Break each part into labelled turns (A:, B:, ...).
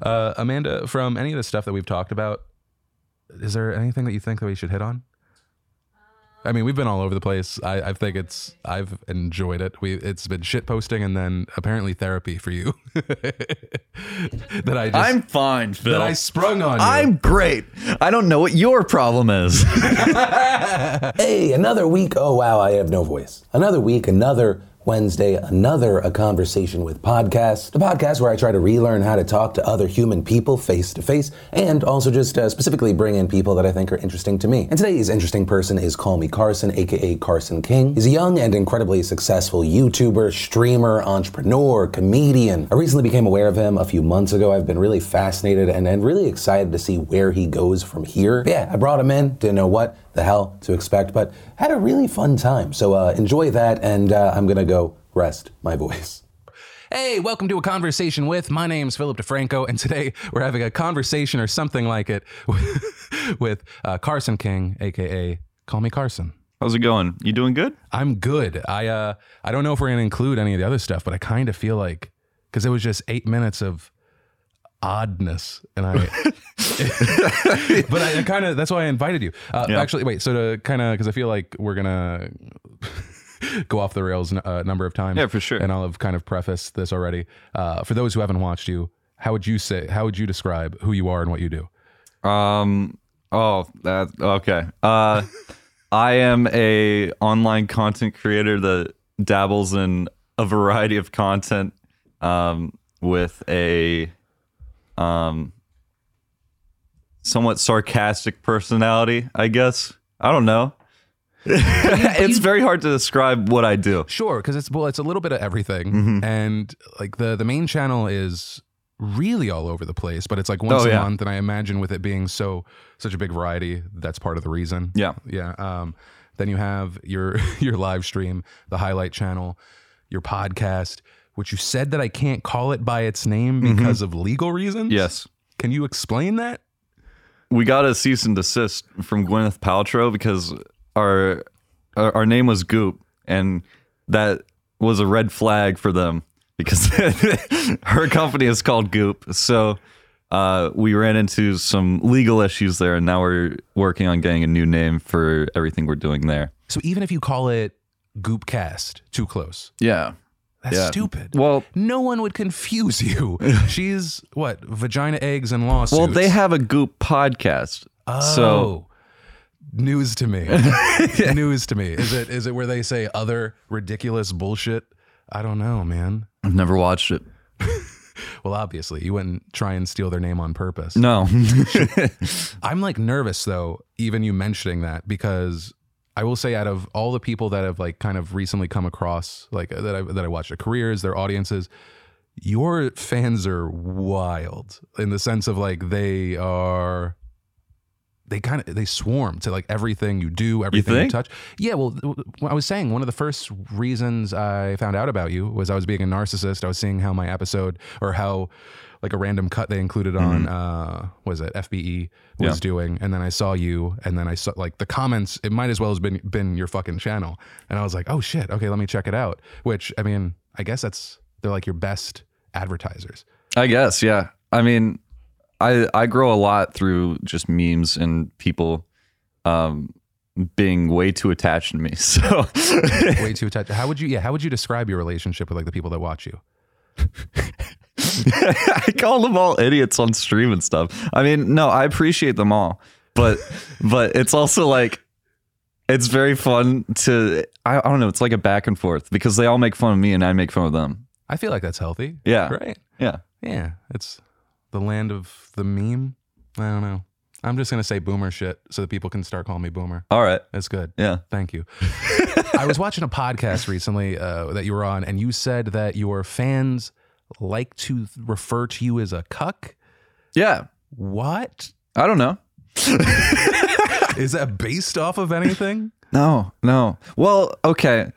A: Uh, Amanda, from any of the stuff that we've talked about, is there anything that you think that we should hit on? I mean, we've been all over the place. I, I think it's I've enjoyed it. We it's been shit posting and then apparently therapy for you that I just
B: I'm fine, Phil.
A: that I sprung on you.
B: I'm great. I don't know what your problem is.
C: Hey, another week. Oh, wow, I have no voice. Another week, another Wednesday, another A Conversation with Podcast, the podcast where I try to relearn how to talk to other human people face to face and also just uh, specifically bring in people that I think are interesting to me. And today's interesting person is Call Me Carson, aka Carson King. He's a young and incredibly successful YouTuber, streamer, entrepreneur, comedian. I recently became aware of him a few months ago. I've been really fascinated and, and really excited to see where he goes from here. But yeah, I brought him in, didn't know what the hell to expect, but had a really fun time. So uh, enjoy that, and uh, I'm gonna go rest my voice.
A: Hey, welcome to a conversation with. My name's Philip DeFranco, and today we're having a conversation or something like it with uh, Carson King, aka Call Me Carson.
B: How's it going? You doing good?
A: I'm good. I uh, I don't know if we're gonna include any of the other stuff, but I kind of feel like because it was just eight minutes of oddness, and I. but I, kind of that's why I invited you. Uh,
B: Yeah.
A: Actually, wait. So to kind of because I feel like we're gonna go off the rails uh, a number of times.
B: Yeah, for sure.
A: And I'll have kind of prefaced this already. Uh, for those who haven't watched you, how would you say? How would you describe who you are and what you do?
B: Um. Oh, that okay. Uh, I am a online content creator that dabbles in a variety of content. Um, with a um somewhat sarcastic personality, I guess. I don't know. it's very hard to describe what I do.
A: Sure, because it's well, it's a little bit of everything,
B: Mm-hmm.
A: and like the the main channel is really all over the place, but it's like once
B: Oh,
A: a
B: yeah.
A: month, and I imagine with it being so such a big variety, that's part of the reason.
B: Yeah.
A: yeah. Um, then you have your your live stream, the highlight channel, your podcast, which you said that I can't call it by its name
B: Mm-hmm.
A: because of legal reasons.
B: Yes.
A: can you explain that?
B: we got a cease and desist from Gwyneth Paltrow because our our, our name was Goop, and that was a red flag for them because her company is called Goop. So uh, we ran into some legal issues there, and now we're working on getting a new name for everything we're doing there.
A: So even if you call it Goopcast, too close.
B: Yeah.
A: That's
B: Yeah.
A: stupid.
B: Well.
A: no one would confuse you. She's what vagina eggs and lawsuits.
B: Well, they have a Goop podcast.
A: oh,
B: So
A: news to me. news to me. Is it is it where they say other ridiculous bullshit? I don't know, man.
B: I've Oh. never watched it.
A: Well, obviously, you wouldn't try and steal their name on purpose.
B: No.
A: I'm like nervous though, even you mentioning that because I will say out of all the people that have like kind of recently come across like that I that I watch their careers, their audiences, your fans are wild in the sense of like they are they kind of they swarm to like everything you do, everything you,
B: think?
A: touch. Yeah, well, th- w- I was saying one of the first reasons I found out about you was I was being a narcissist. I was seeing how my episode or how like a random cut they included on uh was it FBE was
B: Mm-hmm. Yeah.
A: doing, and then I saw you, and then I saw like the comments. It might as well have been been your fucking channel, and I was like, oh shit, okay, let me check it out. Which I mean, I guess that's they're like your best advertisers.
B: I guess, yeah. I mean, I I grow a lot through just memes and people um being way too attached to me. So
A: Way too attached. How would you yeah? How would you describe your relationship with like the people that watch you?
B: I call them all idiots on stream and stuff. I mean, no, I appreciate them all, but but it's also like it's very fun to I, I don't know, it's like a back and forth because they all make fun of me and I make fun of them.
A: I feel like that's healthy.
B: Yeah.
A: Right.
B: Yeah.
A: Yeah, it's the land of the meme. I don't know. I'm just gonna say boomer shit so that people can start calling me boomer.
B: All right.
A: That's good.
B: Yeah.
A: Thank you. I was watching a podcast recently uh, that you were on, and you said that your fans like to refer to you as a cuck.
B: Yeah.
A: What
B: I don't know.
A: is that based off of anything?
B: No, no. Well, okay.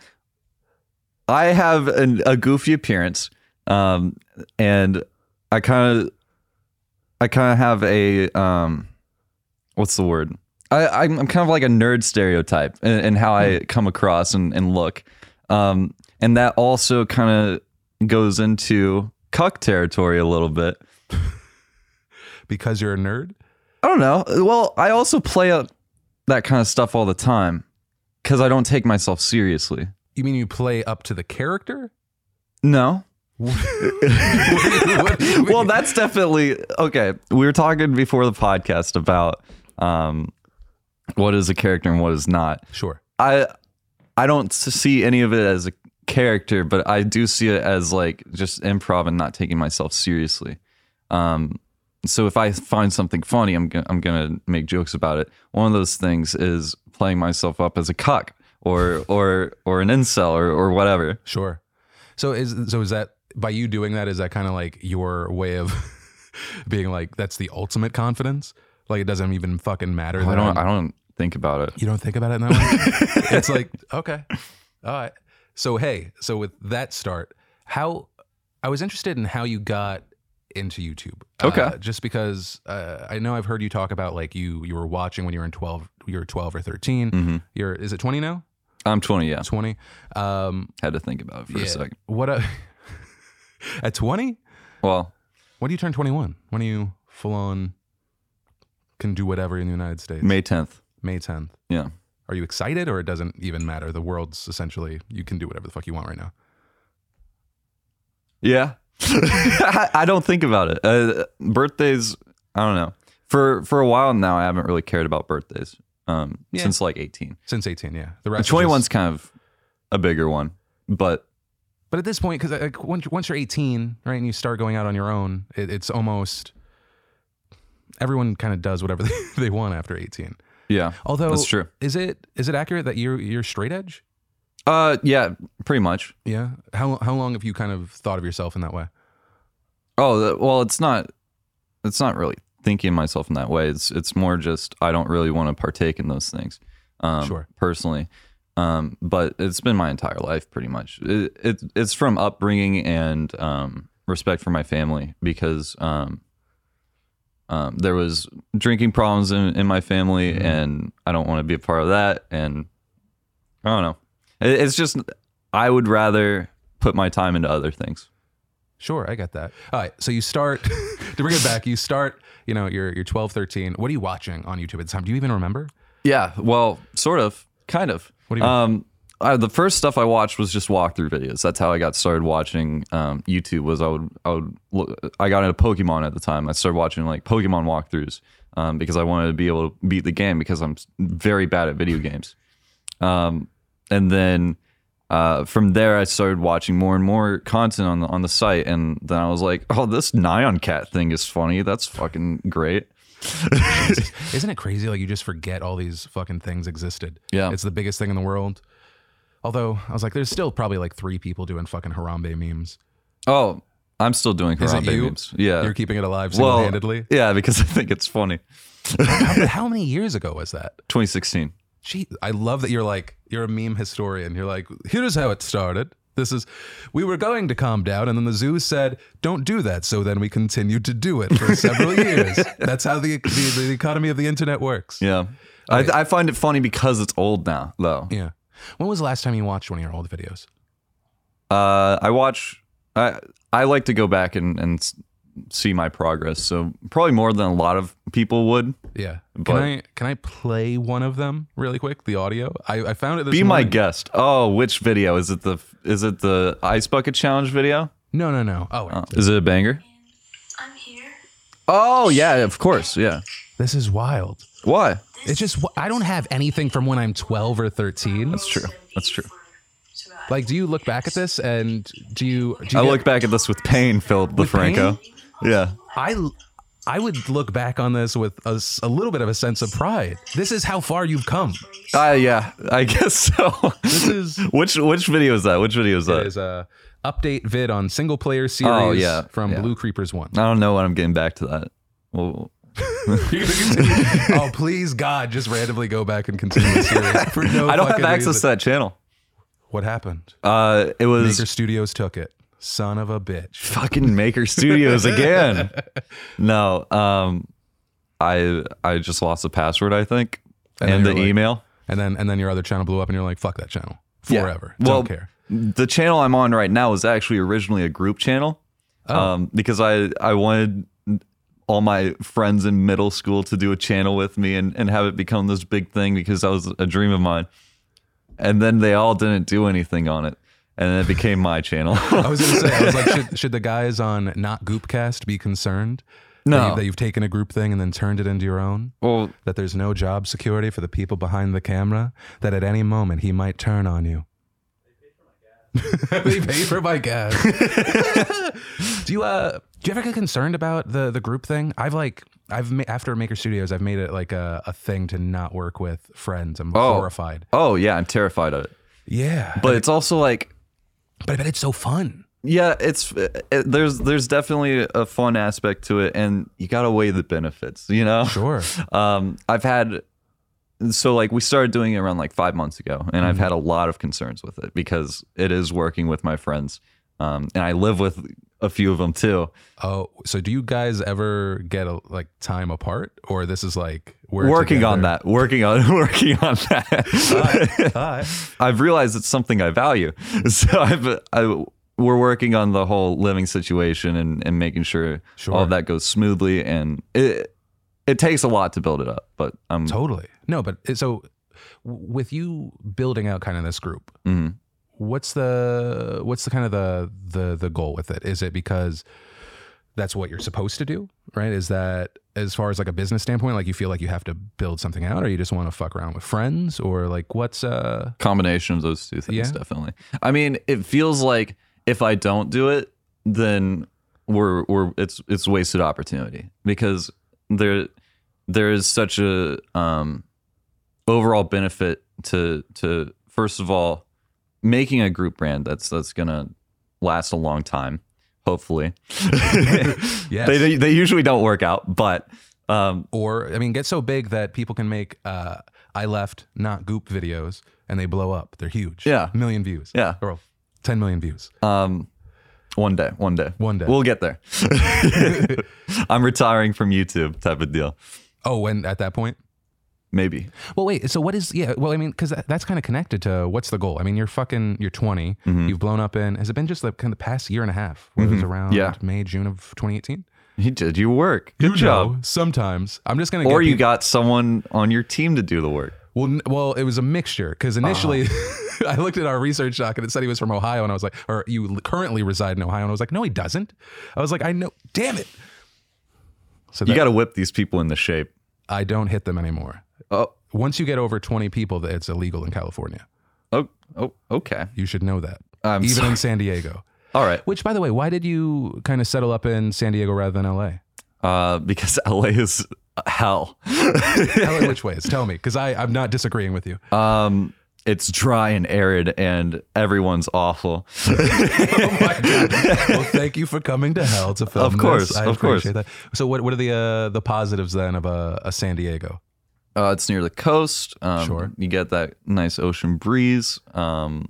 B: I have an, a goofy appearance, um, and I kind of, I kind of have a, um, what's the word? I, I'm, I'm kind of like a nerd stereotype in, in how I come across and, and look, um, and that also kind of goes into cuck territory a little bit.
A: because you're a nerd?
B: I don't know. Well, I also play up that kind of stuff all the time because I don't take myself seriously.
A: You mean you play up to the character?
B: No.
A: What do you mean?
B: Well, that's definitely okay. We were talking before the podcast about um, what is a character and what is not.
A: sure.
B: I I don't s- see any of it as a character, but I do see it as like just improv and not taking myself seriously. Um, so if I find something funny, I'm gonna, I'm gonna make jokes about it. One of those things is playing myself up as a cuck or or or an incel or or whatever.
A: Sure. So is so is that by you doing that is that kind of like your way of being like that's the ultimate confidence? Like it doesn't even fucking matter.
B: Oh, I
A: that I'm-
B: don't I don't think about it.
A: you don't think about it in that way. it's like okay, all right. So hey, so with that start, how I was interested in how you got into YouTube. Uh,
B: Okay.
A: just because uh, I know I've heard you talk about like you you were watching when you were in twelve, you were twelve or 13
B: Mhm.
A: You're is it twenty now?
B: I'm 20. Yeah,
A: Twenty. Um,
B: had to think about it for
A: yeah.
B: a second.
A: What a at twenty.
B: Well,
A: When do you turn 21? When do you full on can do whatever in the United States?
B: May 10th.
A: May 10th.
B: Yeah.
A: Are you excited or it doesn't even matter? The world's essentially, you can do whatever the fuck you want right now.
B: Yeah. I I don't think about it. Uh, birthdays, I don't know. For for a while now, I haven't really cared about birthdays um,
A: Yeah.
B: since like 18.
A: Since 18, yeah. The rest is
B: 21's
A: just-
B: kind of a bigger one, but
A: But at this point, because like, once, once you're 18, right, and you start going out on your own, it, it's almost everyone kind of does whatever they, they want after 18.
B: yeah,
A: Although,
B: that's true.
A: is it is it accurate that you're you're straight edge?
B: Uh, yeah, pretty much.
A: Yeah. How how long have you kind of thought of yourself in that way?
B: Oh, th- well, it's not. It's not really thinking myself in that way. It's it's more just I don't really want to partake in those things. Um,
A: Sure.
B: Personally, um, but it's been my entire life pretty much. It, it it's from upbringing and um, respect for my family because um, um, there was drinking problems in, in my family and I don't want to be a part of that. And I don't know. It, it's just I would rather put my time into other things.
A: Sure, I get that. All right, so you start to bring it back. You start, you know, you're you're 12, 13. What are you watching on YouTube at the time? Do you even remember?
B: Yeah, well, sort of, kind of.
A: What do you mean?
B: Um, I, the first stuff I watched was just walkthrough videos. That's how I got started watching um, YouTube. Was I would I would look, I got into Pokemon at the time. I started watching like Pokemon walkthroughs um, because I wanted to be able to beat the game because I'm s- very bad at video games. Um, and then uh, from there, I started watching more and more content on the on the site, and then I was like, "Oh, this Nyan Cat thing is funny. That's fucking great."
A: Isn't it crazy? Like you just forget all these fucking things existed.
B: Yeah.
A: it's the biggest thing in the world. Although I was like, there's still probably like three people doing fucking Harambe memes.
B: Oh, I'm still doing
A: Is
B: Harambe
A: it you?
B: memes. Yeah,
A: You're keeping it alive
B: Well,
A: single-handedly.
B: Yeah, because I think it's funny.
A: how, how many years ago was that?
B: 2016.
A: Gee, I love that you're like you're a meme historian. You're like, here's how it started. This is we were going to calm down, and then the zoo said, "Don't do that." So then we continued to do it for several years. That's how the, the the economy of the internet works.
B: Yeah. I, I find it funny because it's old now, though.
A: Yeah. When was the last time you watched one of your old videos?
B: Uh, I watch. I I like to go back and and s- see my progress. So probably more than a lot of people would.
A: Yeah. Can
B: But-
A: I can I play one of them really quick? The audio. I, I found it. This
B: Be my
A: morning.
B: guest. Oh, which video is it? The is it the ice bucket challenge video?
A: No, no, no. Oh, wait.
B: Oh, is it a banger?
D: I'm here.
B: Oh yeah, of course. Yeah.
A: this is wild.
B: Why?
A: It's just I don't have anything from when I'm 12 or 13.
B: That's true. That's true.
A: Like, do you look back at this and do you? Do you
B: I
A: get-
B: look back at this with pain, Philip DeFranco. Yeah.
A: I I would look back on this with a, s- a little bit of a sense of pride. This is how far you've come.
B: Uh, yeah. I guess so.
A: This is
B: Which which video is that? Which video is that?
A: is a update vid on single player series
B: Oh, yeah,
A: from
B: yeah.
A: Blue Creepers One.
B: I don't know when I'm getting back to that. Well,
A: oh please God, just randomly go back and continue the series for no.
B: I don't have
A: fucking
B: access
A: reason.
B: to that channel.
A: What happened?
B: Uh, it was
A: Maker Studios took it. Son of a bitch.
B: fucking Maker Studios again. No, um, I I just lost the password, I think,
A: And
B: and,
A: then
B: the
A: you're like-
B: email.
A: And then and then your other channel blew up, and you're like, fuck that channel
B: Yeah.
A: forever.
B: Well,
A: don't care.
B: The channel I'm on right now was actually originally a group channel,
A: Oh.
B: um, because I I wanted all my friends in middle school to do a channel with me and, and have it become this big thing because that was a dream of mine. And then they all didn't do anything on it. And then it became my channel.
A: I was gonna say, I was like, should, should the guys on not Goopcast be concerned? that,
B: No.
A: you, that you've taken a group thing and then turned it into your own.
B: well,
A: That there's no job security for the people behind the camera. That at any moment he might turn on you. they pay for my gas. do you uh do you ever get concerned about the the group thing? I've like I've ma- after Maker Studios, I've made it like a, a thing to not work with friends. I'm
B: Oh.
A: horrified.
B: oh yeah, I'm terrified of it.
A: Yeah,
B: But it's also like
A: but I bet it's so fun.
B: yeah it's it, there's there's definitely a fun aspect to it and you gotta weigh the benefits you know
A: Sure.
B: um i've had so like we started doing it around like five months ago and i've
A: Mm-hmm.
B: had a lot of concerns with it because it is working with my friends um and i live with a few of them too
A: Oh, so do you guys ever get a, like time apart, or this is like we're
B: working on
A: together?
B: that working on working on that
A: Hi.
B: i've realized it's something i value so i've i we're working on the whole living situation and, and making sure
A: Sure.
B: all of that goes smoothly and it it takes a lot to build it up but i'm
A: Totally. No, but it, so w- with you building out kind of this group,
B: Mhm.
A: what's the what's the kind of the the the goal with it? Is it because that's what you're supposed to do, right? Is that as far as like a business standpoint, like you feel like you have to build something out, or you just want to fuck around with friends, or like what's uh
B: combination of those two things
A: Yeah.
B: definitely i mean it feels like if i don't do it then we're we're it's it's wasted opportunity because there there is such a um overall benefit to to first of all making a group brand that's that's gonna last a long time hopefully
A: Yes.
B: they, they they usually don't work out but um
A: or I mean, get so big that people can make uh I left not goop videos and they blow up. They're huge.
B: Yeah.
A: million views.
B: yeah
A: or ten million views.
B: Um, one day, one day,
A: One day.
B: we'll get there. I'm retiring from YouTube, type of deal.
A: Oh, and at that point,
B: Maybe.
A: Well, wait. So what is? Yeah. Well, I mean, because that, that's kind of connected to what's the goal. I mean, you're fucking. You're 20.
B: Mm-hmm.
A: You've blown up in. Has it been just like kind of the past year and a half? Where it was around
B: Yeah.
A: May, June of 2018.
B: You did your work. Good job.
A: sometimes I'm just gonna.
B: Or
A: get
B: you
A: people-
B: got someone on your team to do the work.
A: Well, n- well, it was a mixture because
B: Uh-huh.
A: initially. I looked at our research doc and it said he was from Ohio, and I was like, "Or you l- currently reside in Ohio?" And I was like, "No, he doesn't." I was like, "I know, damn it!" So
B: You
A: that
B: got to whip these people into shape.
A: I don't hit them anymore.
B: Oh,
A: Once you get over twenty people, that it's illegal in California.
B: oh, oh okay.
A: You should know that,
B: I'm
A: even
B: sorry.
A: in San Diego.
B: All right.
A: Which, by the way, why did you kind of settle up in San Diego rather than LA?
B: Uh, because LA is hell.
A: LA, which ways? Tell me, because I'm not disagreeing with you.
B: Um, it's dry and arid, and everyone's awful.
A: Oh my God. well, thank you for coming to hell to film.
B: Of course,
A: this. I
B: of course.
A: appreciate that. So, what what are the uh, the positives then of a, a San Diego?
B: Uh, it's near the coast. Um,
A: Sure.
B: You get that nice ocean breeze. Um,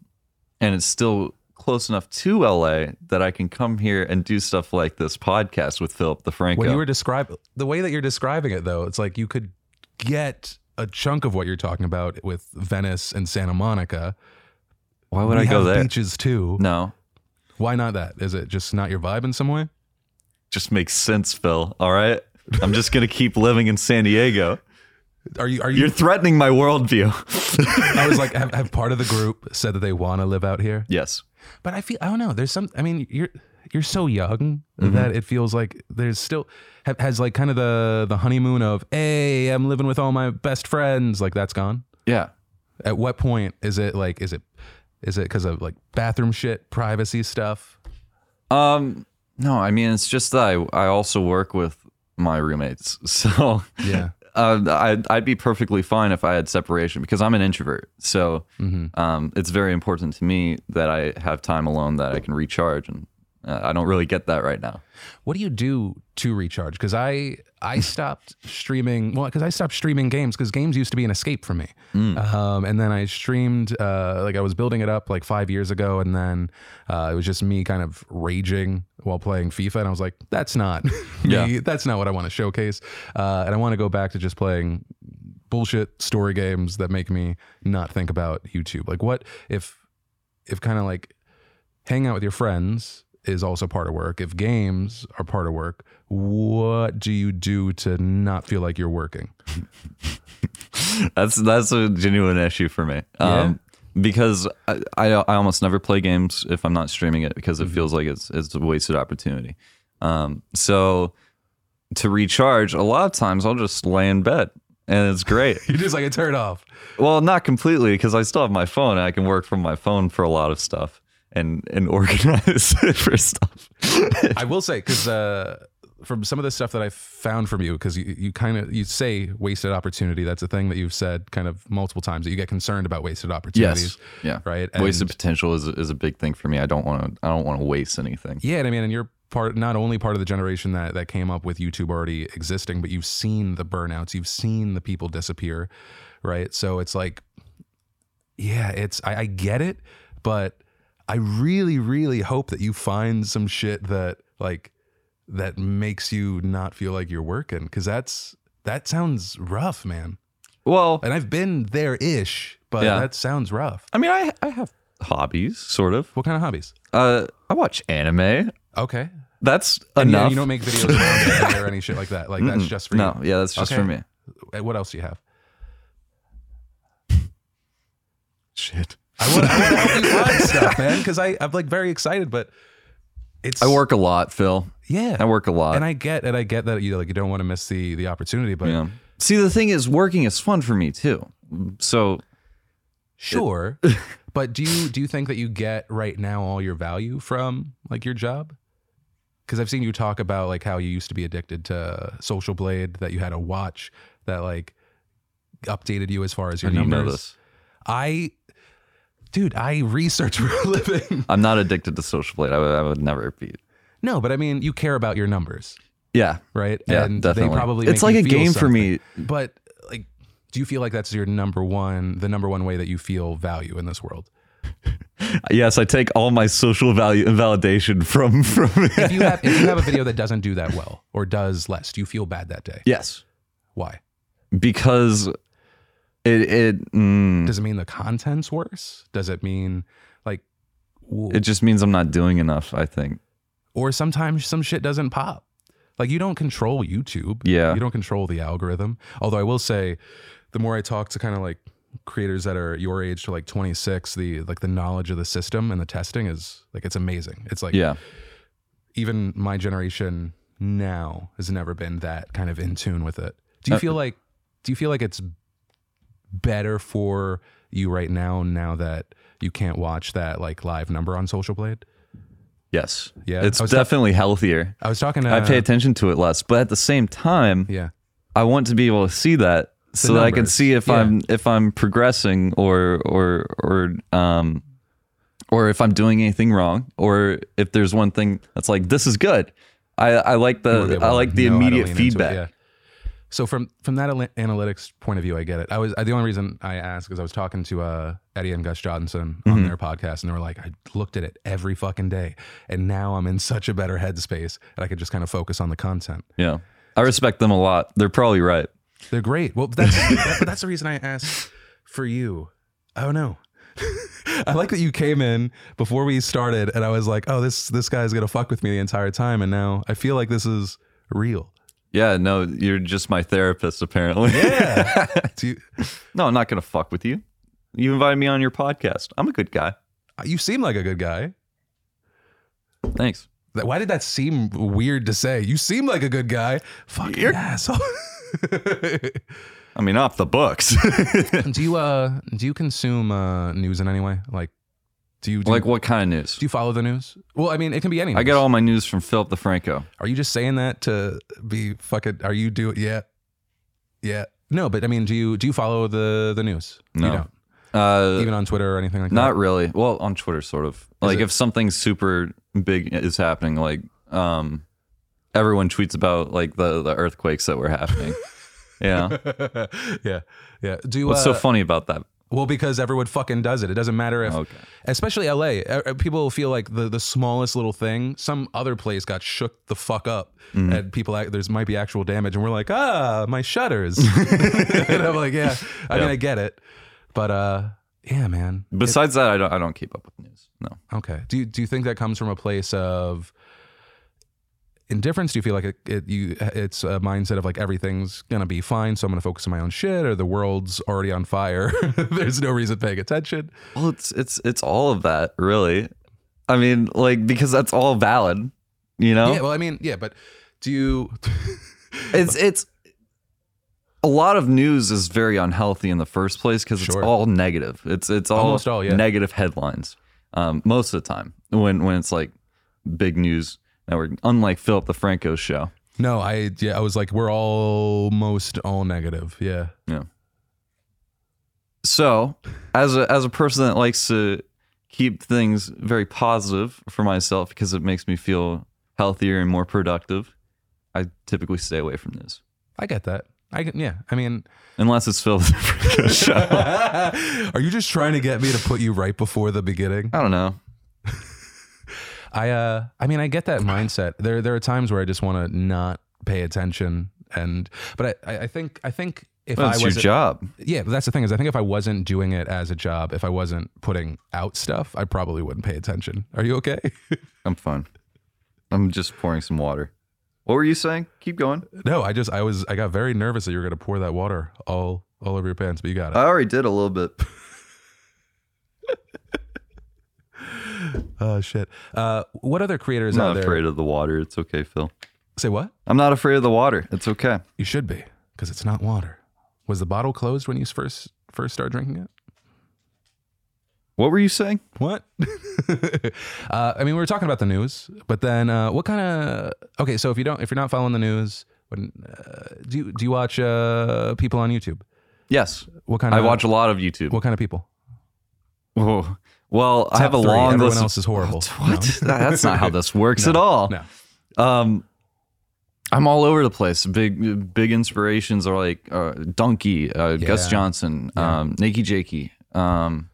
B: and it's still close enough to LA that I can come here and do stuff like this podcast with Philip DeFranco.
A: When you were describing the way that you're describing it, though, it's like you could get a chunk of what you're talking about with Venice and Santa Monica.
B: Why would
A: we
B: I go
A: have
B: there?
A: Beaches too.
B: No,
A: Why not that? Is it just not your vibe in some way?
B: just makes sense, Phil. All right. I'm just going to keep living in San Diego.
A: Are you are you
B: You're threatening my worldview.
A: I was like, have, have part of the group said that they want to live out here?
B: yes.
A: But I feel I don't know. There's some. I mean, you're you're so young that it feels like there's still ha- has like kind of the the honeymoon of hey, I'm living with all my best friends. Like that's gone.
B: Yeah.
A: At what point is it like is it is it because of like bathroom shit, privacy stuff?
B: Um, no, I mean, it's just that I, I also work with my roommates. So
A: Yeah.
B: uh, I'd, I'd be perfectly fine if I had separation because I'm an introvert. So um, it's very important to me that I have time alone that I can recharge. And uh, I don't really get that right now.
A: What do you do to recharge? Because I I stopped streaming. Well, because I stopped streaming games because games used to be an escape for me. Um, and then I streamed uh, like I was building it up like five years ago, and then uh, it was just me kind of raging while playing FIFA, and I was like, that's not me.
B: Yeah.
A: That's not what I want to showcase. Uh, and I want to go back to just playing bullshit story games that make me not think about YouTube. Like, what if if kind of like hang out with your friends is also part of work, if games are part of work, what do you do to not feel like you're working?
B: That's that's a genuine issue for me. Um, because I, I I almost never play games if I'm not streaming it because it feels like it's it's a wasted opportunity. Um, so to recharge, a lot of times I'll just lay in bed and it's great.
A: You're just like a turn off.
B: well, not completely because I still have my phone and I can work from my phone for a lot of stuff and and organize it for stuff.
A: I will say because uh, from some of the stuff that I found from you, because you, you kind of you say wasted opportunity. That's a thing that you've said kind of multiple times that you get concerned about wasted opportunities.
B: yeah,
A: Right.
B: Wasted potential is is a big thing for me. I don't want to I don't want to waste anything.
A: Yeah, and I mean, and you're part not only part of the generation that that came up with YouTube already existing, but you've seen the burnouts, you've seen the people disappear, right? So it's like, yeah, it's I, I get it, but I really, really hope that you find some shit that like that makes you not feel like you're working because that's that sounds rough, man.
B: Well,
A: And I've been there ish, but
B: Yeah.
A: that sounds rough.
B: I mean, I I have hobbies, sort of.
A: What kind of hobbies?
B: Uh, I watch anime.
A: Okay.
B: That's
A: And
B: enough.
A: you don't make videos around it or any shit like that. Like that's just for you.
B: no, yeah, that's just
A: Okay.
B: for me.
A: Uh, what else do you have?
B: Shit.
A: I want to help you find stuff, man, because I'm like very excited, but it's
B: I work a lot, Phil.
A: yeah,
B: I work a lot.
A: and I get and I get that you know, like you don't want to miss the the opportunity, but
B: yeah. See, the thing is, working is fun for me too. So
A: sure. but do you do you think that you get right now all your value from like your job? Because I've seen you talk about like how you used to be addicted to Social Blade, that you had a watch that like updated you as far as
B: I
A: your
B: you
A: numbers.
B: know this.
A: I, dude, I research for a living.
B: I'm not addicted to Social Blade. I would, I would never be.
A: No, but I mean, you care about your numbers.
B: Yeah.
A: right?
B: Yeah,
A: and
B: definitely.
A: they probably
B: it's
A: make
B: like
A: you
B: a
A: feel
B: game for me.
A: something. But like, do you feel like that's your number one, the number one way that you feel value in this world?
B: Yes, I take all my social value validation from from.
A: If you have if you have a video that doesn't do that well or does less, do you feel bad that day?
B: yes,
A: Why?
B: because it it mm,
A: Does it mean the content's worse? Does it mean like, w-
B: it just means I'm not doing enough. I think.
A: or sometimes some shit doesn't pop. Like you don't control YouTube.
B: Yeah.
A: You don't control the algorithm. Although I will say, the more I talk to kind of like creators that are your age to like 26, the like the knowledge of the system and the testing is like it's amazing. It's like
B: Yeah.
A: even my generation now has never been that kind of in tune with it. Do you
B: Uh,
A: feel like do you feel like it's better for you right now now that you can't watch that like live number on Social Blade?
B: Yes.
A: Yeah.
B: It's
A: I was,
B: definitely healthier.
A: I was talking to
B: I pay attention to it less, but at the same time,
A: yeah.
B: I want to be able to see that so that I can
A: numbers.
B: see if
A: Yeah.
B: I'm if I'm progressing or or or um or if I'm doing anything wrong or if there's one thing that's like this is good. I I like
A: wanna be
B: the
A: able
B: I
A: to
B: like the
A: know how to lean
B: immediate
A: into it,
B: feedback.
A: yeah. So from from that al- analytics point of view, I get it. I was I, the only reason I asked is I was talking to uh, Eddie and Gus Johnson
B: Mm-hmm.
A: on their podcast, and they were like, I looked at it every fucking day, and now I'm in such a better headspace, and I could just kind of focus on the content.
B: yeah. I respect them a lot. They're probably right.
A: They're great. Well, that's that, but that's the reason I asked for you. Oh no. I like that you came in before we started, and I was like, "Oh, this this guy's gonna fuck with me the entire time," and now I feel like this is real.
B: Yeah, no, you're just my therapist apparently.
A: Yeah. Do you,
B: no, I'm not going to fuck with you. You invited me on your podcast. I'm a good guy.
A: You seem like a good guy.
B: Thanks.
A: That- Why did that seem weird to say? You seem like a good guy. Fucking
B: You're-
A: asshole.
B: I mean, off the books.
A: do you uh do you consume uh news in any way? Like do you do,
B: like
A: you,
B: what kind of news?
A: do you follow the news? Well, I mean, it can be any.
B: I get
A: news.
B: all my news from Philip DeFranco.
A: Are you just saying that to be fucking? Are you do? Yeah, yeah. No, but I mean, do you do you follow the the news?
B: No.
A: you don't.
B: Uh,
A: Even on Twitter or anything like
B: Not really. Well, on Twitter, sort of. Like
A: it-
B: if something super big is happening, like um, everyone tweets about like the the earthquakes that were happening. yeah.
A: that. yeah, yeah. Do you,
B: What's so
A: uh,
B: funny about that?
A: Well, because everyone fucking does it. It doesn't matter if,
B: Okay.
A: especially LA, uh, people feel like the, the smallest little thing, some other place got shook the fuck up, and people act- there's might be actual damage, and we're like, ah, my shutters. and I'm like, yeah, I mean, I get it, but uh, yeah, man.
B: Besides that, I don't I don't keep up with news. No.
A: Okay. Do you, do you think that comes from a place of indifference? Do you feel like it, it you it's a mindset of like everything's gonna be fine, so I'm gonna focus on my own shit, or the world's already on fire? There's no reason paying attention.
B: Well, it's it's it's all of that, really. I mean, like because that's all valid, you know.
A: Yeah. Well, I mean, yeah, but do you?
B: it's it's a lot of news is very unhealthy in the first place because
A: Sure.
B: it's all negative. It's it's all
A: Almost all, yeah.
B: negative headlines um, most of the time when when it's like big news network. Unlike Philip DeFranco's show,
A: no, I yeah, I was like, we're almost all negative. Yeah.
B: so as a as a person that likes to keep things very positive for myself because it makes me feel healthier and more productive, I typically stay away from news
A: I get that. I get, yeah. I mean,
B: unless it's Philip DeFranco's show.
A: are you just trying to get me to put you right before the beginning?
B: I don't know.
A: I uh I mean I get that mindset. There there are times where I just want to not pay attention and but I, I I think I think if
B: Well,
A: I
B: it's your
A: was
B: job.
A: yeah, but that's the thing is I think if I wasn't doing it as a job, if I wasn't putting out stuff, I probably wouldn't pay attention. Are you okay?
B: I'm fine. I'm just pouring some water. What were you saying? Keep going.
A: no, I just I was I got very nervous that you were gonna pour that water all all over your pants, but you got it.
B: I already did a little bit.
A: oh shit. Uh what other creators
B: I'm
A: out
B: not
A: there
B: afraid of the water. It's okay, Phil.
A: say what?
B: I'm not afraid of the water. It's okay.
A: You should be, because it's not water. Was the bottle closed when you first first started drinking it?
B: What were you saying?
A: What? uh, I mean, we were talking about the news, but then uh, what kind of? Okay, so if you don't, if you're not following the news, when, uh, do you, do you watch uh, people on YouTube?
B: Yes.
A: What kind?
B: I
A: of,
B: watch a lot of YouTube.
A: What kind of people?
B: Whoa. Well, I have a
A: Top three.
B: long
A: Everyone
B: list.
A: else is horrible.
B: of, what? That's not how this works at all.
A: No.
B: Um, I'm all over the place. Big, big inspirations are like uh, Donkey, uh, Gus
A: Yeah.
B: Johnson, um, Nikki Jakey. Um,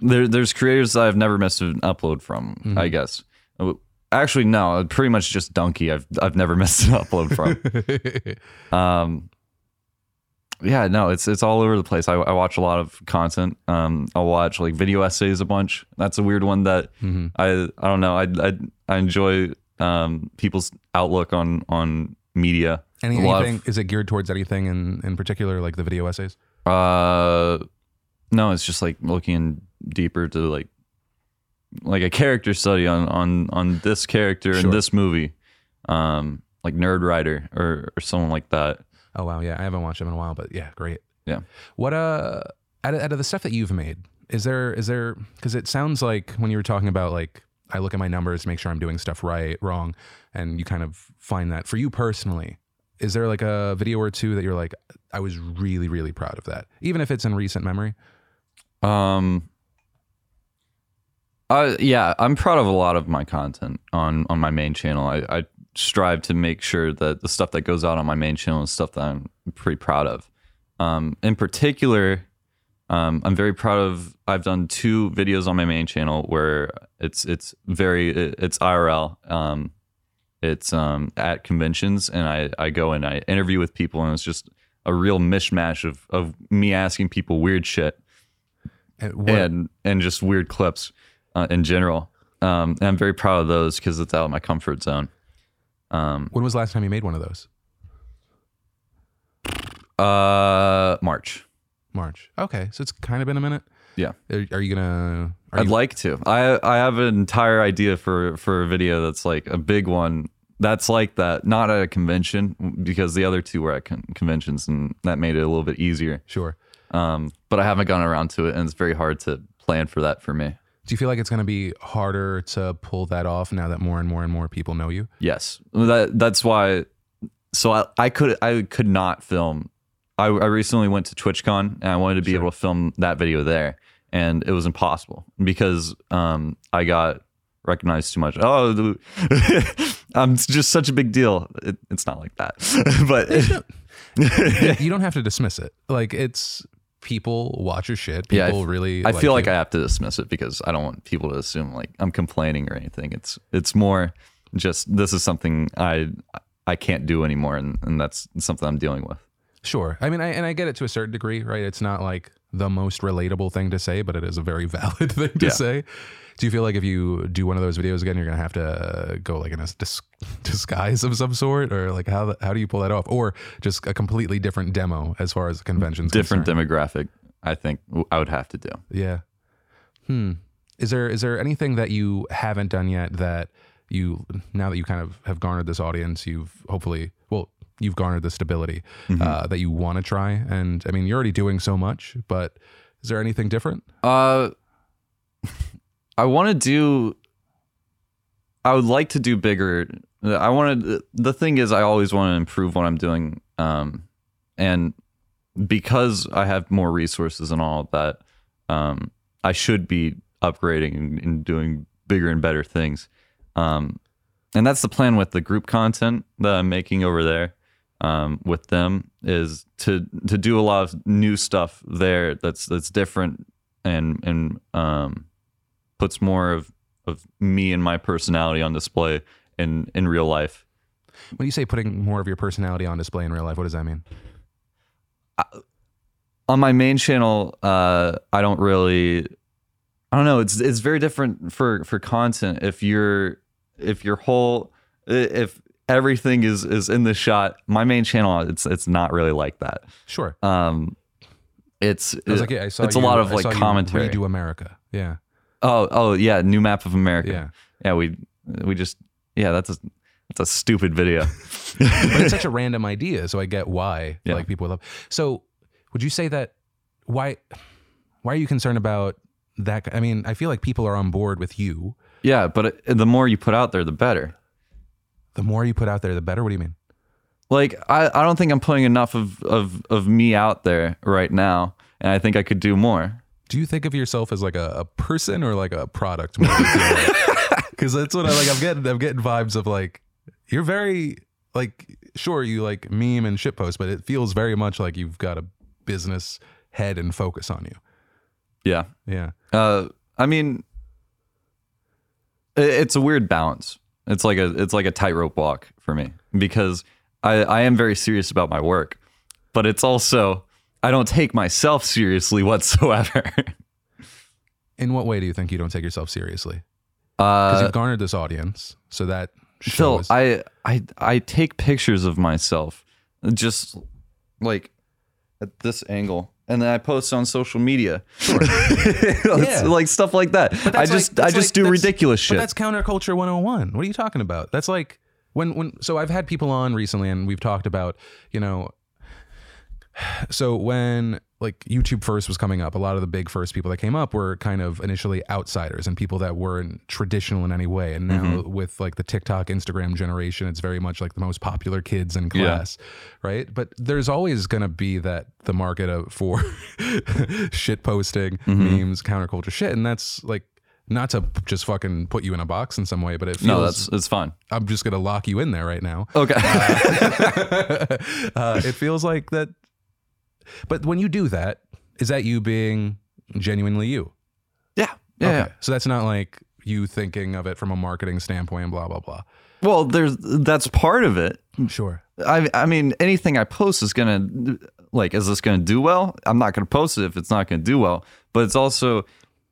B: there, there's creators that I've never missed an upload from.
A: Mm-hmm.
B: I guess. Uh, Actually, no. Pretty much just Donkey. I've I've never missed an upload from.
A: Mm-hmm.
B: Um, yeah, no, it's it's all over the place. I, I watch a lot of content. Um, I'll watch like video essays a bunch. That's a weird one that I I don't know. I I, I enjoy um, people's outlook on on media.
A: Any,
B: a lot
A: anything? is it geared towards anything in in particular, like the video essays?
B: of, uh, no, it's just like looking deeper to like like a character study on on on this character in
A: Sure.
B: this movie, um, like Nerd Writer or or someone like that.
A: Oh wow, yeah, I haven't watched them in a while, but yeah, great.
B: Yeah.
A: What uh, out of, out of the stuff that you've made, is there is there because it sounds like when you were talking about like I look at my numbers to make sure I'm doing stuff right, wrong, and you kind of find that for you personally. Is there like a video or two that you're like, I was really really proud of that, even if it's in recent memory?
B: Um. I yeah, I'm proud of a lot of my content on on my main channel. I, I strive to make sure that the stuff that goes out on my main channel is stuff that I'm pretty proud of. Um, in particular, um, I'm very proud of. I've done two videos on my main channel where it's it's very it- it's IRL. Um, it's um, at conventions, and I I go and I interview with people, and it's just a real mishmash of of me asking people weird shit
A: And Uh, what,
B: and and just weird clips uh, in general. Um, and I'm very proud of those because it's out of my comfort zone.
A: when was the last time you made one of those?
B: Uh, March.
A: March. Okay, so it's kind of been a minute.
B: Yeah,
A: Are, are you gonna? Are
B: I'd
A: you,
B: like to. I I have an entire idea for for a video that's like a big one. That's like that, not at a convention because the other two were at con- conventions and that made it a little bit easier.
A: sure.
B: Um, but I haven't gone around to it, and it's very hard to plan for that for me.
A: Do you feel like it's going to be harder to pull that off now that more and more and more people know you?
B: Yes, that that's why. So I, I could I could not film. I, I recently went to TwitchCon and I wanted to be able to film that video there, and it was impossible because um I got recognized too much. Oh, the- I'm just such a big deal. It, it's not like that, but
A: you don't have to dismiss it. Like it's people watch your shit.
B: Yeah, I
A: People
B: f-
A: really.
B: I feel like
A: it.
B: I have to dismiss it because I don't want people to assume like I'm complaining or anything. It's it's more just this is something I I can't do anymore, and, and that's something I'm dealing with.
A: sure. I mean, I, and I get it to a certain degree, right? It's not like the most relatable thing to say, but it is a very valid thing to
B: Yeah.
A: say. Do you feel like if you do one of those videos again, you're gonna have to uh, go like in a dis- disguise of some sort, or like how how do you pull that off, or just a completely different demo as far as the conventions
B: different
A: concerned?
B: demographic. I think w- I would have to do.
A: Yeah. Hmm. Is there is there anything that you haven't done yet that you now that you kind of have garnered this audience, you've hopefully well you've garnered the stability
B: Mm-hmm.
A: uh, that you want to try? And I mean, you're already doing so much, but is there anything different?
B: Uh, I want to do. I would like to do bigger. I want to. The thing is, I always want to improve what I'm doing. Um, and because I have more resources and all of that, um, I should be upgrading and, and doing bigger and better things. Um, and that's the plan with the group content that I'm making over there um, with them is to to do a lot of new stuff there that's that's different and and um, puts more of of me and my personality on display in in real life.
A: When you say putting more of your personality on display in real life, what does that mean?
B: on my main channel uh i don't really i don't know it's it's very different for for content if you're if your whole i- if everything is is in the shot my main channel it's it's not really like that
A: Sure.
B: um it's
A: I was like, yeah, I saw
B: it's a
A: you-
B: lot of
A: I
B: like
A: saw you
B: commentary
A: Redo America. Yeah.
B: oh oh yeah new map of america
A: Yeah.
B: yeah we we just yeah that's a that's a stupid video
A: but it's such a random idea, so I get why
B: Yeah.
A: like people love. So, would you say that why why are you concerned about that? I mean, I feel like people are on board with you.
B: yeah but it, the more you put out there the better
A: The more you put out there, the better. What do you mean?
B: like I, I don't think I'm putting enough of, of of me out there right now, and I think I could do more.
A: Do you think of yourself as like a, a person or like a product? Because that's what I like. I'm getting I'm getting vibes of like you're very like sure you like meme and shit post, but it feels very much like you've got a business head and focus on you.
B: Yeah.
A: Yeah.
B: Uh, I mean, i- it's a weird balance. It's like a it's like a tightrope walk for me because I I am very serious about my work, but it's also I don't take myself seriously whatsoever.
A: In what way do you think you don't take yourself seriously? because
B: Uh,
A: you've garnered this audience, so that
B: Phil,
A: shows.
B: I I I take pictures of myself, just like at this angle, and then I post on social media, It's like stuff like that. I
A: that's like-
B: just I
A: that's
B: just
A: like-
B: do
A: that's-
B: ridiculous
A: but
B: shit.
A: that's counterculture 101. What are you talking about? That's like when when so I've had people on recently, and we've talked about you know. So when like YouTube first was coming up, a lot of the big first people that came up were kind of initially outsiders and people that weren't traditional in any way. And now
B: Mm-hmm.
A: with like the TikTok, Instagram generation, it's very much like the most popular kids in
B: Yeah.
A: class. us, right? But there's always going to be that the market of, for shit posting,
B: Mm-hmm.
A: memes, counterculture shit, and that's like not to p- just fucking put you in a box in some way, but it feels
B: no, that's it's fine.
A: I'm just going to lock you in there right now.
B: Okay,
A: uh, it feels like that. But when you do that, is that you being genuinely you?
B: yeah, yeah, yeah.
A: Okay. So that's not like you thinking of it from a marketing standpoint and blah blah blah.
B: Well, there's that's part of it.
A: Sure.
B: I I mean, anything I post is gonna like, is this gonna do well? I'm not gonna post it if it's not gonna do well. But it's also,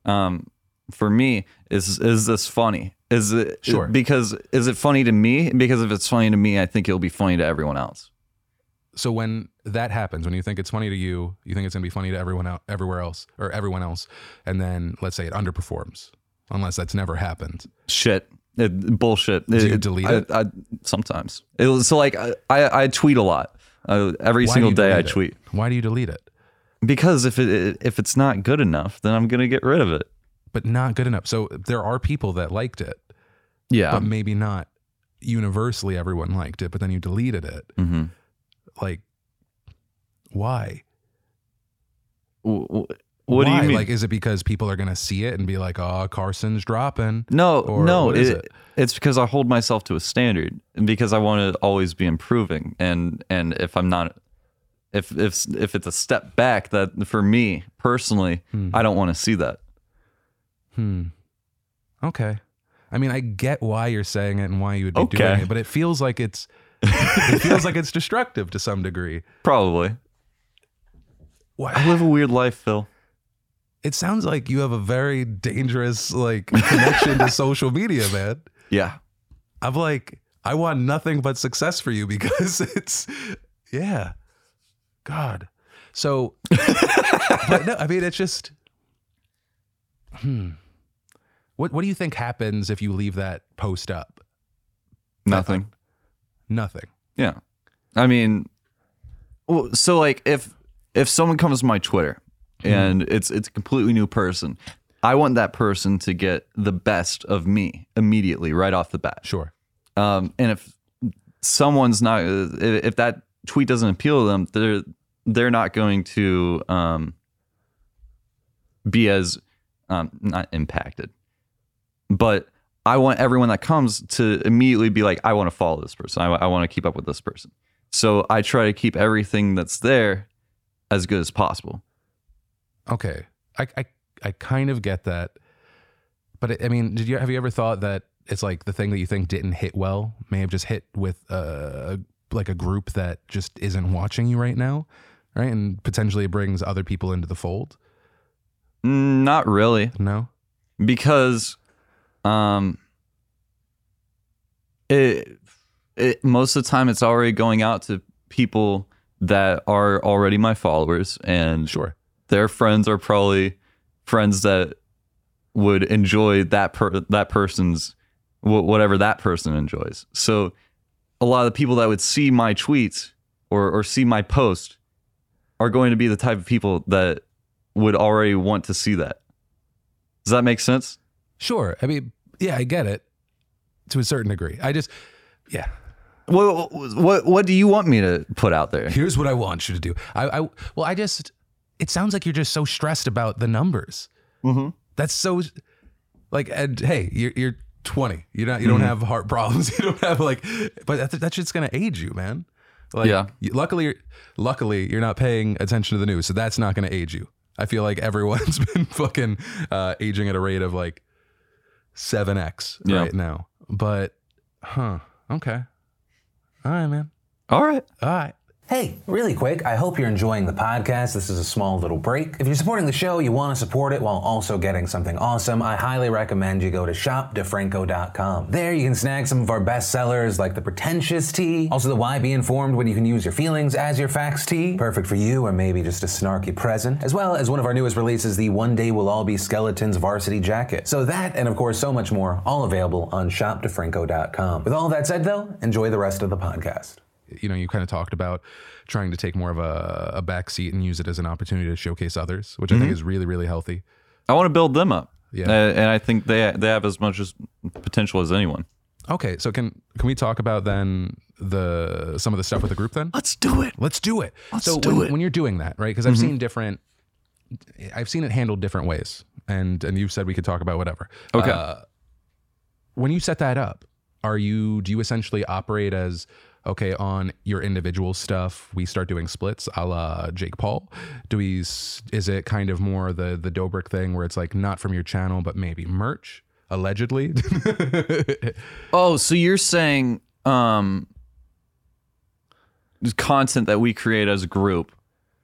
B: um, for me, is is this funny? Is it
A: Sure.
B: Because is it funny to me? Because if it's funny to me, I think it'll be funny to everyone else.
A: so when that happens, when you think it's funny to you, you think it's gonna be funny to everyone out everywhere else or everyone else, and then let's say it underperforms, unless that's never happened.
B: Shit. It, bullshit.
A: you
B: It-
A: delete
B: I-
A: it?
B: I- sometimes. It was, so like I, I, I tweet a lot. Uh, every
A: Why
B: single
A: do you
B: day I
A: delete it?
B: tweet
A: Why do you delete it?
B: because if it if it's not good enough, then I'm gonna get rid of it.
A: But not good enough. So there are people that liked it,
B: Yeah.
A: but maybe not universally everyone liked it. But then you deleted it.
B: mm-hmm.
A: Like, why?
B: What do
A: Why?
B: you mean?
A: Like, is it because people are gonna see it and be like, "Oh, Carson's dropping"?
B: No,
A: Or
B: no,
A: what is
B: it-
A: it?
B: it's because I hold myself to a standard and because I want to always be improving and and if I'm not if if if it's a step back that for me personally, I don't want to see that.
A: Hmm. Okay. I mean, I get why you're saying it and why you would be doing
B: Okay.
A: it, but it feels like it's it feels like it's destructive to some degree.
B: Probably.
A: Why-
B: I live a weird life, Phil.
A: It sounds like you have a very dangerous like connection to social media, man.
B: Yeah.
A: I'm like, I want nothing but success for you because it's, yeah, God. So, but no, I mean, it's just, hmm. What What do you think happens if you leave that post up?
B: Nothing.
A: Nothing.
B: Yeah. I mean, well, so like if if someone comes to my Twitter
A: Hmm.
B: and it's it's a completely new person, I want that person to get the best of me immediately right off the bat.
A: Sure.
B: Um, and if someone's not if, if that tweet doesn't appeal to them, they're they're not going to um be as um not impacted. But I want everyone that comes to immediately be like, I want to follow this person. I, I want to keep up with this person. So I try to keep everything that's there as good as possible.
A: Okay. I, I, I kind of get that. But it, I mean, did you have you ever thought that it's like the thing that you think didn't hit well may have just hit with uh like a group that just isn't watching you right now, right? And potentially it brings other people into the fold.
B: Mm, Not really.
A: No.
B: because um it, it most of the time it's already going out to people that are already my followers and
A: Sure.
B: their friends are probably friends that would enjoy that per, that person's wh- whatever that person enjoys so a lot of the people that would see my tweets or or see my post are going to be the type of people that would already want to see that does that make sense
A: Sure. I mean, yeah, I get it to a certain degree. I just, yeah.
B: What what what do you want me to put out there?
A: Here's what I want you to do. I, I well, I just, it sounds like you're just so stressed about the numbers.
B: Mm-hmm.
A: That's so like and hey, you're you're 20. You're not you
B: Mm-hmm.
A: don't have heart problems. You don't have like but that, that shit's going to age you, man. Like
B: Yeah.
A: you- luckily you're, luckily you're not paying attention to the news, so that's not going to age you. I feel like everyone's been fucking uh, aging at a rate of like 7x
B: Yeah.
A: right now. But huh, okay. All right, man.
B: All right.
A: All right.
C: Hey, really quick, I hope you're enjoying the podcast. This is a small little break. If you're supporting the show, you want to support it while also getting something awesome, I highly recommend you go to shopdefranco.com. There you can snag some of our best sellers like the pretentious tea, also the why be informed when you can use your feelings as your facts tea, perfect for you or maybe just a snarky present, as well as one of our newest releases, the One Day We'll All Be Skeletons varsity jacket. So that and of course so much more, all available on shopdefranco.com. With all that said though, enjoy the rest of the podcast.
A: you know, you kind of talked about trying to take more of a, a back seat and use it as an opportunity to showcase others, which
B: Mm-hmm.
A: I think is really, really healthy.
B: I want to build them up.
A: Yeah.
B: Uh, and I think they they have as much as potential as anyone.
A: Okay, so can can we talk about then the some of the stuff with the group then?
B: Let's do it.
A: Let's do it. Let's so
B: do
A: when,
B: it. Mm-hmm.
A: when you're doing that, right? Because I've seen different, I've seen it handled different ways, and and you've said we could talk about whatever. Uh,
B: Okay.
A: when you set that up, are you do you essentially operate as okay on your individual stuff? We start doing splits, a la Jake Paul. Do we? s- Is it kind of more the the Dobrik thing where it's like not from your channel, but maybe merch allegedly?
B: oh, so you're saying um content that we create as a group.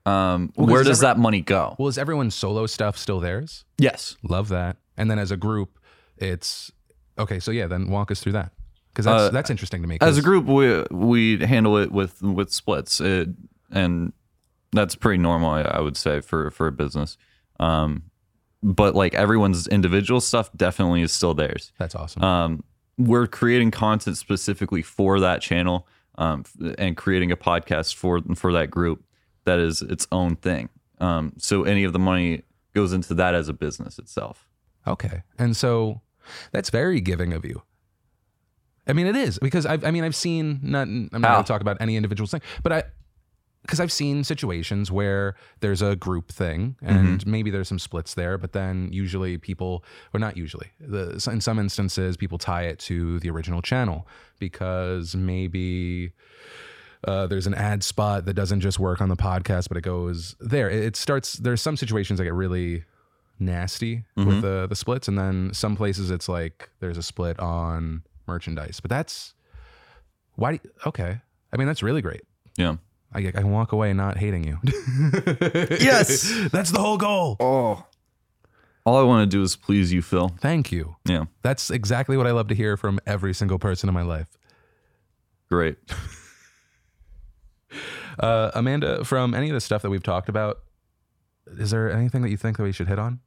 B: Um, where
A: 'cause
B: does that money go?
A: well, is everyone's solo stuff still theirs?
B: yes.
A: Love that. And then as a group, it's okay. So yeah, then walk us through that because that's that's interesting to me. 'cause-
B: Uh, As a group, we we handle it with with splits, it, and that's pretty normal, I, I would say, for for a business. Um, but like everyone's individual stuff, definitely is still theirs.
A: that's awesome.
B: Um, we're creating content specifically for that channel, um, f- and creating a podcast for for that group that is its own thing. Um, so any of the money goes into that as a business itself.
A: okay, and so that's very giving of you. I mean, it is because I've, I mean I've seen not. I'm not
B: How?
A: going to talk about any individual thing, but I because I've seen situations where there's a group thing and maybe there's some splits there, but then usually people, or not usually, the, in some instances, people tie it to the original channel because maybe uh, there's an ad spot that doesn't just work on the podcast, but it goes there. It, it starts, there's some situations that get really nasty with the, the splits. And then some places it's like there's a split on merchandise, but that's why, do- okay. I mean, that's really great.
B: Yeah.
A: I, I can walk away not hating you.
B: Yes.
A: That's the whole goal.
B: Oh. All I want to do is please you, Phil.
A: Thank you.
B: Yeah,
A: That's exactly what I love to hear from every single person in my life.
B: great.
A: Uh, Amanda, from any of the stuff that we've talked about, is there anything that you think that we should hit on?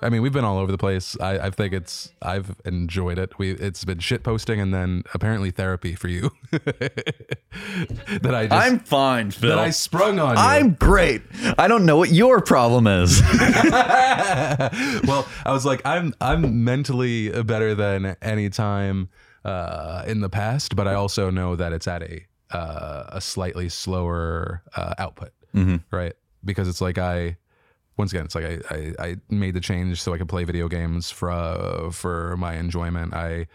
A: I mean, we've been all over the place. I, I think it's I've enjoyed it. We it's been shit posting and then apparently therapy for you. that I just
B: I'm fine, Phil.
A: that I sprung on you.
B: I'm great. I don't know what your problem is.
A: well, I was like, I'm I'm mentally better than any time uh, in the past, but I also know that it's at a uh, a slightly slower uh, output,
B: Mm-hmm.
A: right? Because it's like I. Once again, it's like I, I, I made the change so I could play video games for uh, for my enjoyment. I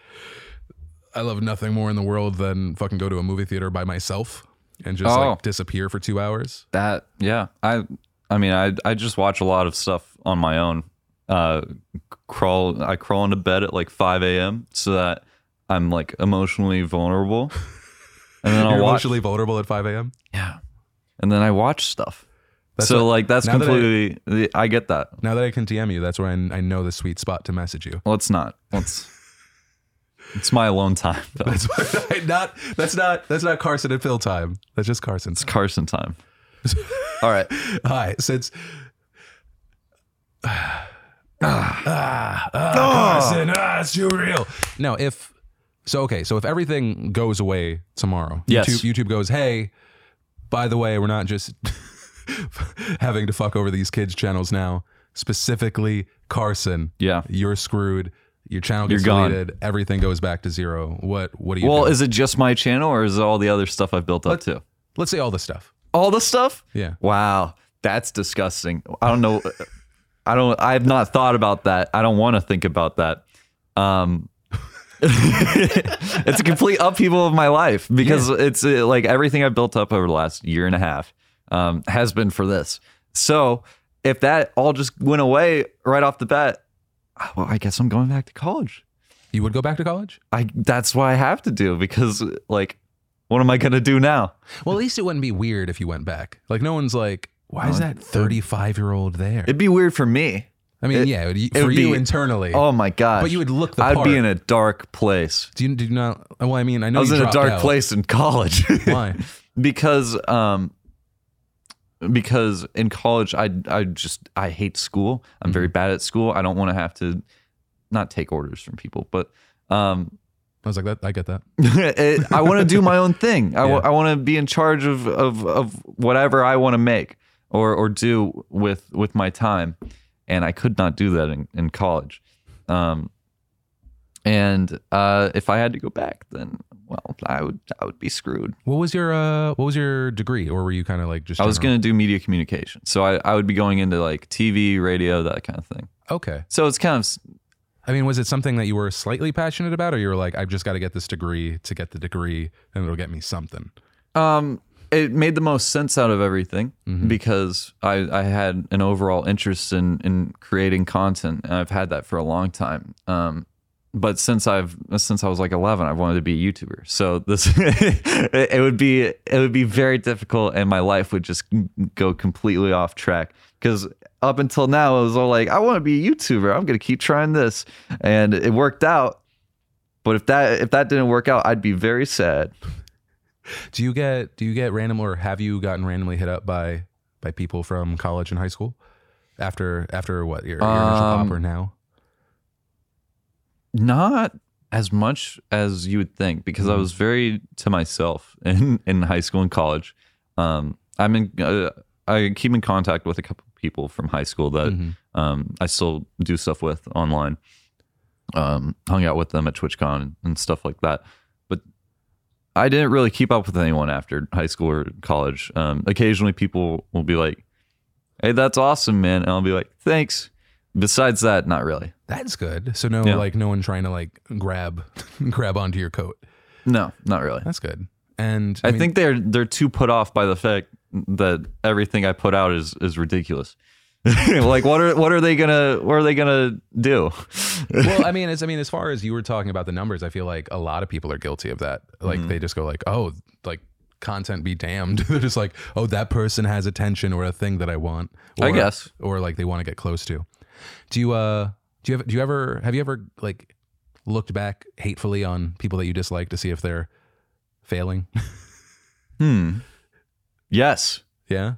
A: I love nothing more in the world than fucking go to a movie theater by myself and just
B: Oh.
A: like disappear for two hours.
B: that yeah i i mean i i just watch a lot of stuff on my own uh crawl i crawl into bed at like 5 a.m so that i'm like emotionally vulnerable and then
A: You're
B: i'll watch
A: emotionally vulnerable at 5 a.m.
B: yeah and then i watch stuff
A: That's
B: so
A: what-
B: like that's
A: now that I-
B: completely i get that
A: Now that I can DM you, that's where I, I know the sweet spot to message you.
B: let's not let's it's my alone time though. it's
A: not that's not that's not Carson and Phil time. That's just Carson's.
B: carson time all right
A: All right, since ah, ah, Carson, ah, it's too real. No, if so, okay, so if everything goes away tomorrow,
B: Yes.
A: YouTube, YouTube goes, hey, by the way, we're not just having to fuck over these kids' channels now. Specifically, Carson,
B: yeah
A: you're screwed. Your channel gets
B: You're gone.
A: deleted. Everything goes back to zero. What? What do you?
B: well
A: do?
B: is it just my channel or is it all the other stuff i've built up to
A: let's say all this stuff.
B: all the stuff
A: Yeah.
B: Wow, that's disgusting. I don't know. I don't. I have not thought about that. I don't want to think about that. Um, it's a complete upheaval of my life because it's uh, like everything I've built up over the last year and a half um, has been for this. So if that all just went away right off the bat, well, I guess I'm going back to college.
A: You would go back to college?
B: I that's what I have to do because like, what am I gonna do now?
A: Well, at least it wouldn't be weird if you went back. Like, no one's like, why is
B: Oh,
A: that 35 year old there?
B: It'd be weird for me.
A: I mean,
B: it-
A: yeah, it would-
B: it
A: for
B: would
A: you
B: be-
A: internally.
B: Oh my god!
A: but you would look the
B: I'd
A: part.
B: be in a dark place.
A: do you do you not? Well, I mean, I know
B: I was
A: you
B: in a
A: dropped
B: dark
A: out.
B: place in college
A: Why?
B: because um because in college I I just I hate school. I'm
A: Mm-hmm.
B: very bad at school. I don't want to have to not take orders from people, but um
A: I was like, that, I get that.
B: it, I want to do my own thing. I
A: Yeah.
B: want to be in charge of of of whatever I want to make or or do with with my time, and I could not do that in, in college. Um, and uh, if I had to go back, then well, I would I would be screwed.
A: What was your uh, What was your degree, or were you kind of like just?
B: I was
A: general?
B: gonna do media communication, so I I would be going into like TV, radio, that kind of thing.
A: Okay.
B: So it's kind of s-
A: I mean, was it something that you were slightly passionate about, or you were like, I've just got to get this degree to get the degree, and it'll get me something?
B: Um, it made the most sense out of everything because I, I had an overall interest in, in creating content and I've had that for a long time. Um, but since I've since I was like 11, I wanted to be a YouTuber. So this it it would be it would be very difficult and my life would just go completely off track cuz up until now I was all like I want to be a YouTuber. I'm going to keep trying this and it worked out. But if that if that didn't work out, I'd be very sad.
A: Do you get do you get random or have you gotten randomly hit up by by people from college and high school after after what your, your initial
B: Um,
A: pop or now?
B: not as much as you would think because I was very to myself in, in high school and college. Um, I'm in, uh, I keep in contact with a couple people from high school that
A: Mm-hmm.
B: um, I still do stuff with online. Um, hung out with them at TwitchCon and stuff like that. But I didn't really keep up with anyone after high school or college. Um, occasionally people will be like, Hey, that's awesome, man. And I'll be like, thanks. Besides that, not really.
A: That's good. So no
B: Yeah.
A: like no one trying to like grab grab onto your coat.
B: No, not really.
A: That's good. And
B: I,
A: mean,
B: think they're they're too put off by the fact that everything I put out is is ridiculous. like what are what are they gonna what are they gonna do?
A: well, I mean, as I mean, as far as you were talking about the numbers, I feel like a lot of people are guilty of that. Like
B: Mm-hmm.
A: they just go like, oh, like content be damned. They're just like, oh, that person has attention or a thing that I want. Or,
B: I guess.
A: or like they want to get close to. Do you uh do you have do you ever have you ever like looked back hatefully on people that you dislike to see if they're failing?
B: Hmm. Yes,
A: yeah.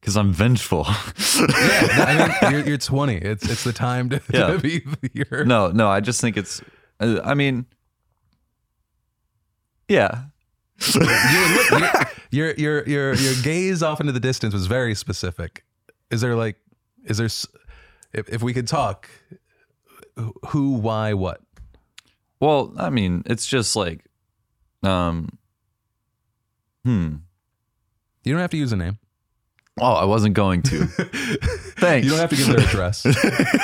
B: because I'm vengeful.
A: I mean, you're, you're 20. It's it's the time to, to
B: Yeah.
A: be your
B: no, no. I just think it's. Uh, I mean, yeah.
A: your your your your gaze off into the distance was very specific. Is there like is there s- if, if we could talk wh- who why what?
B: Well, I mean, it's just like, um, hmm.
A: You don't have to use a name.
B: Oh, I wasn't going to. Thanks.
A: You don't have to give their address.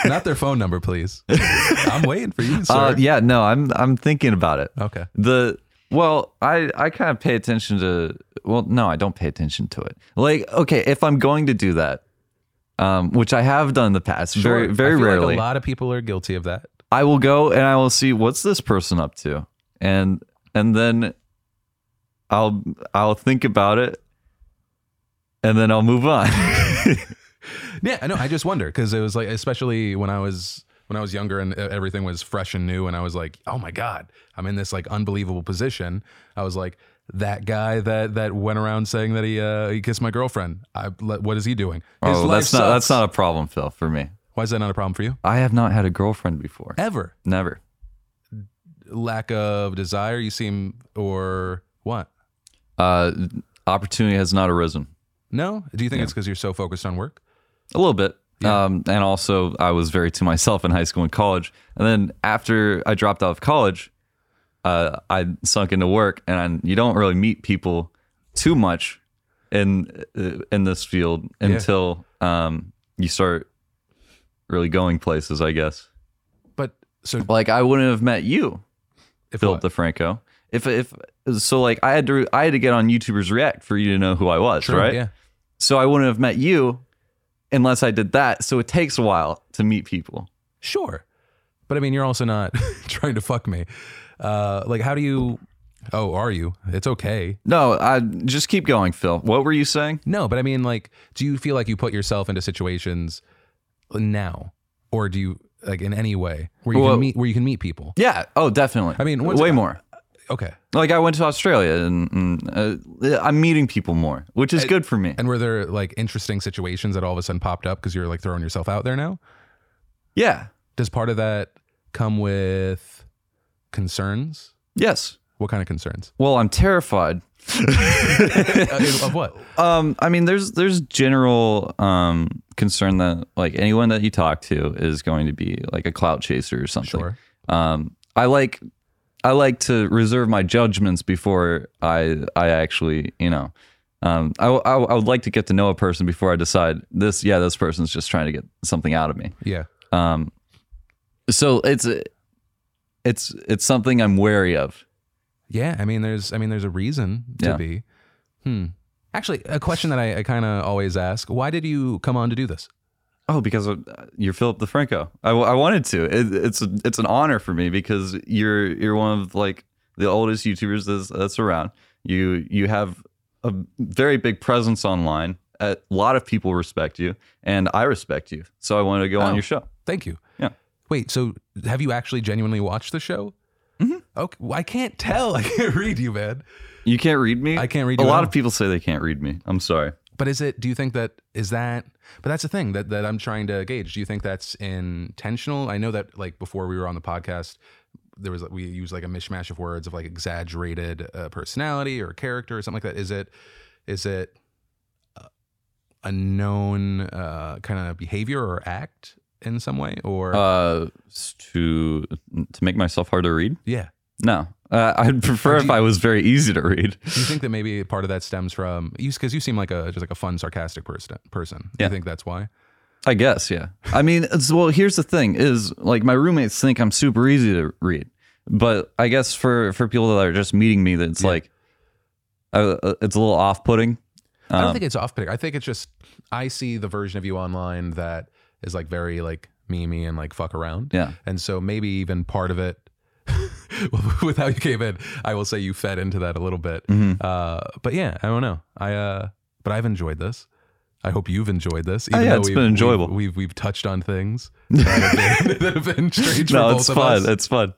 A: Not their phone number, please. I'm waiting for you, sir.
B: Uh, yeah, no, I'm I'm thinking about it.
A: Okay.
B: The well, I I kind of pay attention to. Well, no, I don't pay attention to it. Like, okay, if I'm going to do that, um, which I have done in the past, very
A: Sure.
B: very
A: I feel like
B: rarely,
A: a lot of people are guilty of that.
B: I will go and I will see what's this person up to, and and then I'll I'll think about it, and then I'll move on.
A: Yeah, I know. I just wonder because it was like, especially when I was when I was younger and uh, everything was fresh and new, and I was like, oh my god, I'm in this like unbelievable position. I was like, that guy that that went around saying that he uh, he kissed my girlfriend. I, le- what is he doing? His
B: oh,
A: life
B: that's not that's
A: sucks.
B: not a problem, Phil, for me.
A: Why is that not a problem for you?
B: I have not had a girlfriend before,
A: Ever
B: never.
A: lack of desire? You seem or what?
B: Uh, opportunity has not arisen.
A: No. Do you think it's because you're so focused on work?
B: A little bit. Um, and also, I was very to myself in high school and college. And then after I dropped out of college, uh, I sunk into work, and you don't really meet people too much in uh, in this field until um, you start really going places, I guess.
A: But so
B: Like I wouldn't have met you,
A: if
B: Philip
A: what?
B: DeFranco, if if so. Like I had to I had to get on YouTubers React for you to know who I was,
A: Sure,
B: right?
A: Yeah.
B: So I wouldn't have met you unless I did that. So it takes a while to meet people.
A: Sure. But I mean, you're also not trying to fuck me. Uh, like, how do you? Oh, are you? It's okay.
B: No, I just keep going, Phil. What were you saying?
A: No, but I mean, like, do you feel like you put yourself into situations now, or do you like in any way where you
B: Well-
A: can meet where you can meet people?
B: Yeah. Oh, definitely.
A: I mean, what's-
B: way more.
A: Okay.
B: Like I went to Australia and, and uh, I'm meeting people more, which is good for me.
A: And were there like interesting situations that all of a sudden popped up because you're like throwing yourself out there now?
B: yeah.
A: Does part of that come with concerns?
B: Yes.
A: What kind of concerns?
B: Well, I'm terrified.
A: Uh, of what?
B: Um, I mean, there's there's general um concern that like anyone that you talk to is going to be like a clout chaser or something.
A: Sure.
B: um, I like I like to reserve my judgments before I I actually you know um, I, I I would like to get to know a person before I decide this yeah this person's just trying to get something out of me
A: Yeah.
B: um, so it's it's it's something I'm wary of
A: Yeah, I mean, there's, I mean, there's a reason to
B: Yeah.
A: be. Hmm. Actually, a question that I, I kind of always ask: Why did you come on to do this?
B: oh because of, you're Philip DeFranco I, w- I wanted to it, it's a, it's an honor for me because you're you're one of like the oldest YouTubers that's, that's around you you have a very big presence online. A lot of people respect you, and I respect you. So I wanted to go
A: Oh.
B: on your show.
A: Thank you.
B: Yeah.
A: Wait, so have you actually genuinely watched the show? Mm-hmm. Okay, well, I can't tell. I can't read you, man.
B: You can't read me.
A: I can't read
B: A
A: you at
B: lot
A: all.
B: of people say they can't read me. I'm sorry.
A: But is it? Do you think that is that? But that's the thing that that I'm trying to gauge. Do you think that's intentional? I know that like before we were on the podcast, there was we used like a mishmash of words of like exaggerated uh, personality or character or something like that. Is it? Is it? uh, A known uh, kind of behavior or act in some way, or
B: Uh, s- to to make myself hard to read.
A: yeah,
B: No, uh, I'd prefer
A: Or do
B: if
A: you-
B: I was very easy to read.
A: do you think that maybe part of that stems from you? Because you seem like a just like a fun, sarcastic person. Person,
B: Yeah.
A: you think that's why?
B: I guess, yeah. I mean, it's, well, here's the thing: is like my roommates think I'm super easy to read, but I guess for for people that are just meeting me, that's like, uh, uh, it's a little off-putting.
A: I don't
B: Um,
A: think it's off putting. I think it's just I see the version of you online that is like very like memey and like fuck around.
B: Yeah.
A: And so maybe even part of it with how you came in, I will say you
B: Mm-hmm.
A: fed into that a little bit. Uh, but yeah, I don't know. I uh, but I've enjoyed this. I hope you've enjoyed this.
B: Oh, yeah,
A: though
B: it's
A: we've-
B: been enjoyable.
A: We've, we've we've touched on things that have been, that have been strange
B: No,
A: for
B: it's
A: both
B: fun.
A: of us.
B: It's fun.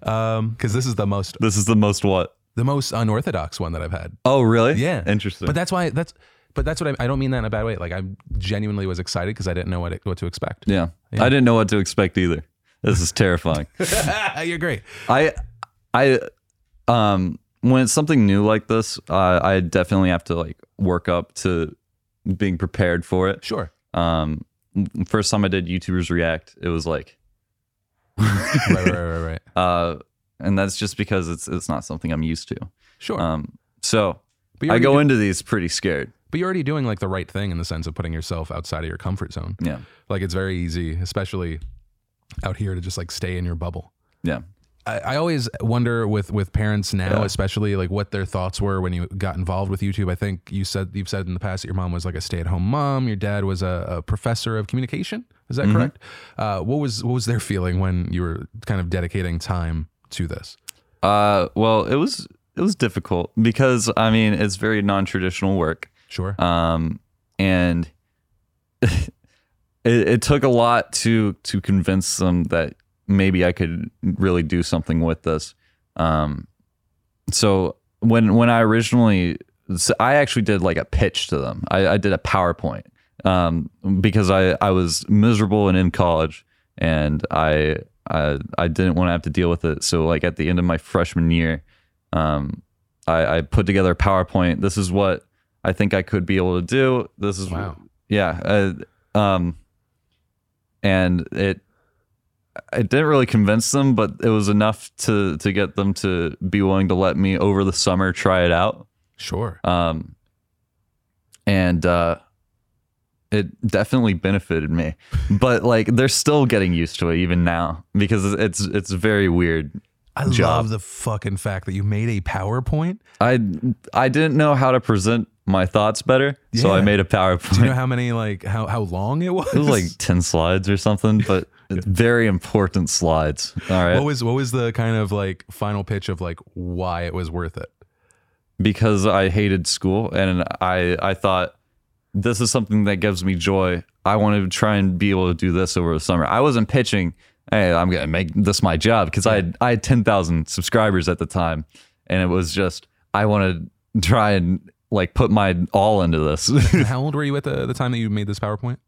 A: Because this is the most
B: This is the most what?
A: the most unorthodox one that I've had.
B: Oh, really?
A: Yeah,
B: Interesting.
A: But that's why that's but that's what I, I don't mean that in a bad way. Like I genuinely was excited because I didn't know what it, what to expect.
B: yeah. I didn't know what to expect either. This is terrifying.
A: You're great.
B: I, I, um, when it's something new like this, uh, I definitely have to like work up to being prepared for it.
A: Sure.
B: Um, first time I did YouTubers React, it was like,
A: Right, right, right, right, right.
B: uh, and that's just because it's it's not something I'm used to.
A: Sure.
B: Um, so
A: but you're
B: I
A: already
B: go
A: do-
B: into these pretty scared.
A: But you're already doing like the right thing in the sense of putting yourself outside of your comfort zone.
B: Yeah,
A: Like it's very easy, especially out here, to just like stay in your bubble.
B: yeah.
A: I, I always wonder with with parents now, especially like what their thoughts were when you got involved with YouTube. I think you said you've said in the past that your mom was like a stay at home mom. Your dad was a, a professor of communication. Is
B: Mm-hmm.
A: that correct? Uh, what was what was their feeling when you were kind of dedicating time to this?
B: Uh, well, it was it was difficult because I mean it's very non traditional work.
A: Sure.
B: um, and it, it took a lot to to convince them that maybe I could really do something with this. Um, so when when I originally, so I actually did like a pitch to them. I, I did a PowerPoint um, because I I was miserable and in college, and I. I, I didn't want to have to deal with it. So like at the end of my freshman year, um, I, I put together a PowerPoint. This is what I think I could be able to do. This is
A: Wow.
B: yeah. Uh, um, and it it didn't really convince them, but it was enough to to get them to be willing to let me over the summer try it out.
A: sure.
B: Um, and uh, it definitely benefited me, but like they're still getting used to it even now because it's it's very weird.
A: I
B: job.
A: love the fucking fact that you made a PowerPoint.
B: I I didn't know how to present my thoughts better, so I
A: Yeah.
B: made a PowerPoint.
A: Do you know how many like how how long it was?
B: it was like 10 slides or something, but very important slides. All right.
A: what was what was the kind of like final pitch of like why it was worth it?
B: because I hated school and I I thought this is something that gives me joy. I want to try and be able to do this over the summer. I wasn't pitching, hey, I'm gonna make this my job because I had I had ten thousand subscribers at the time, and it was just I want to try and like put my all into this.
A: And how old were you at the, the time that you made this PowerPoint?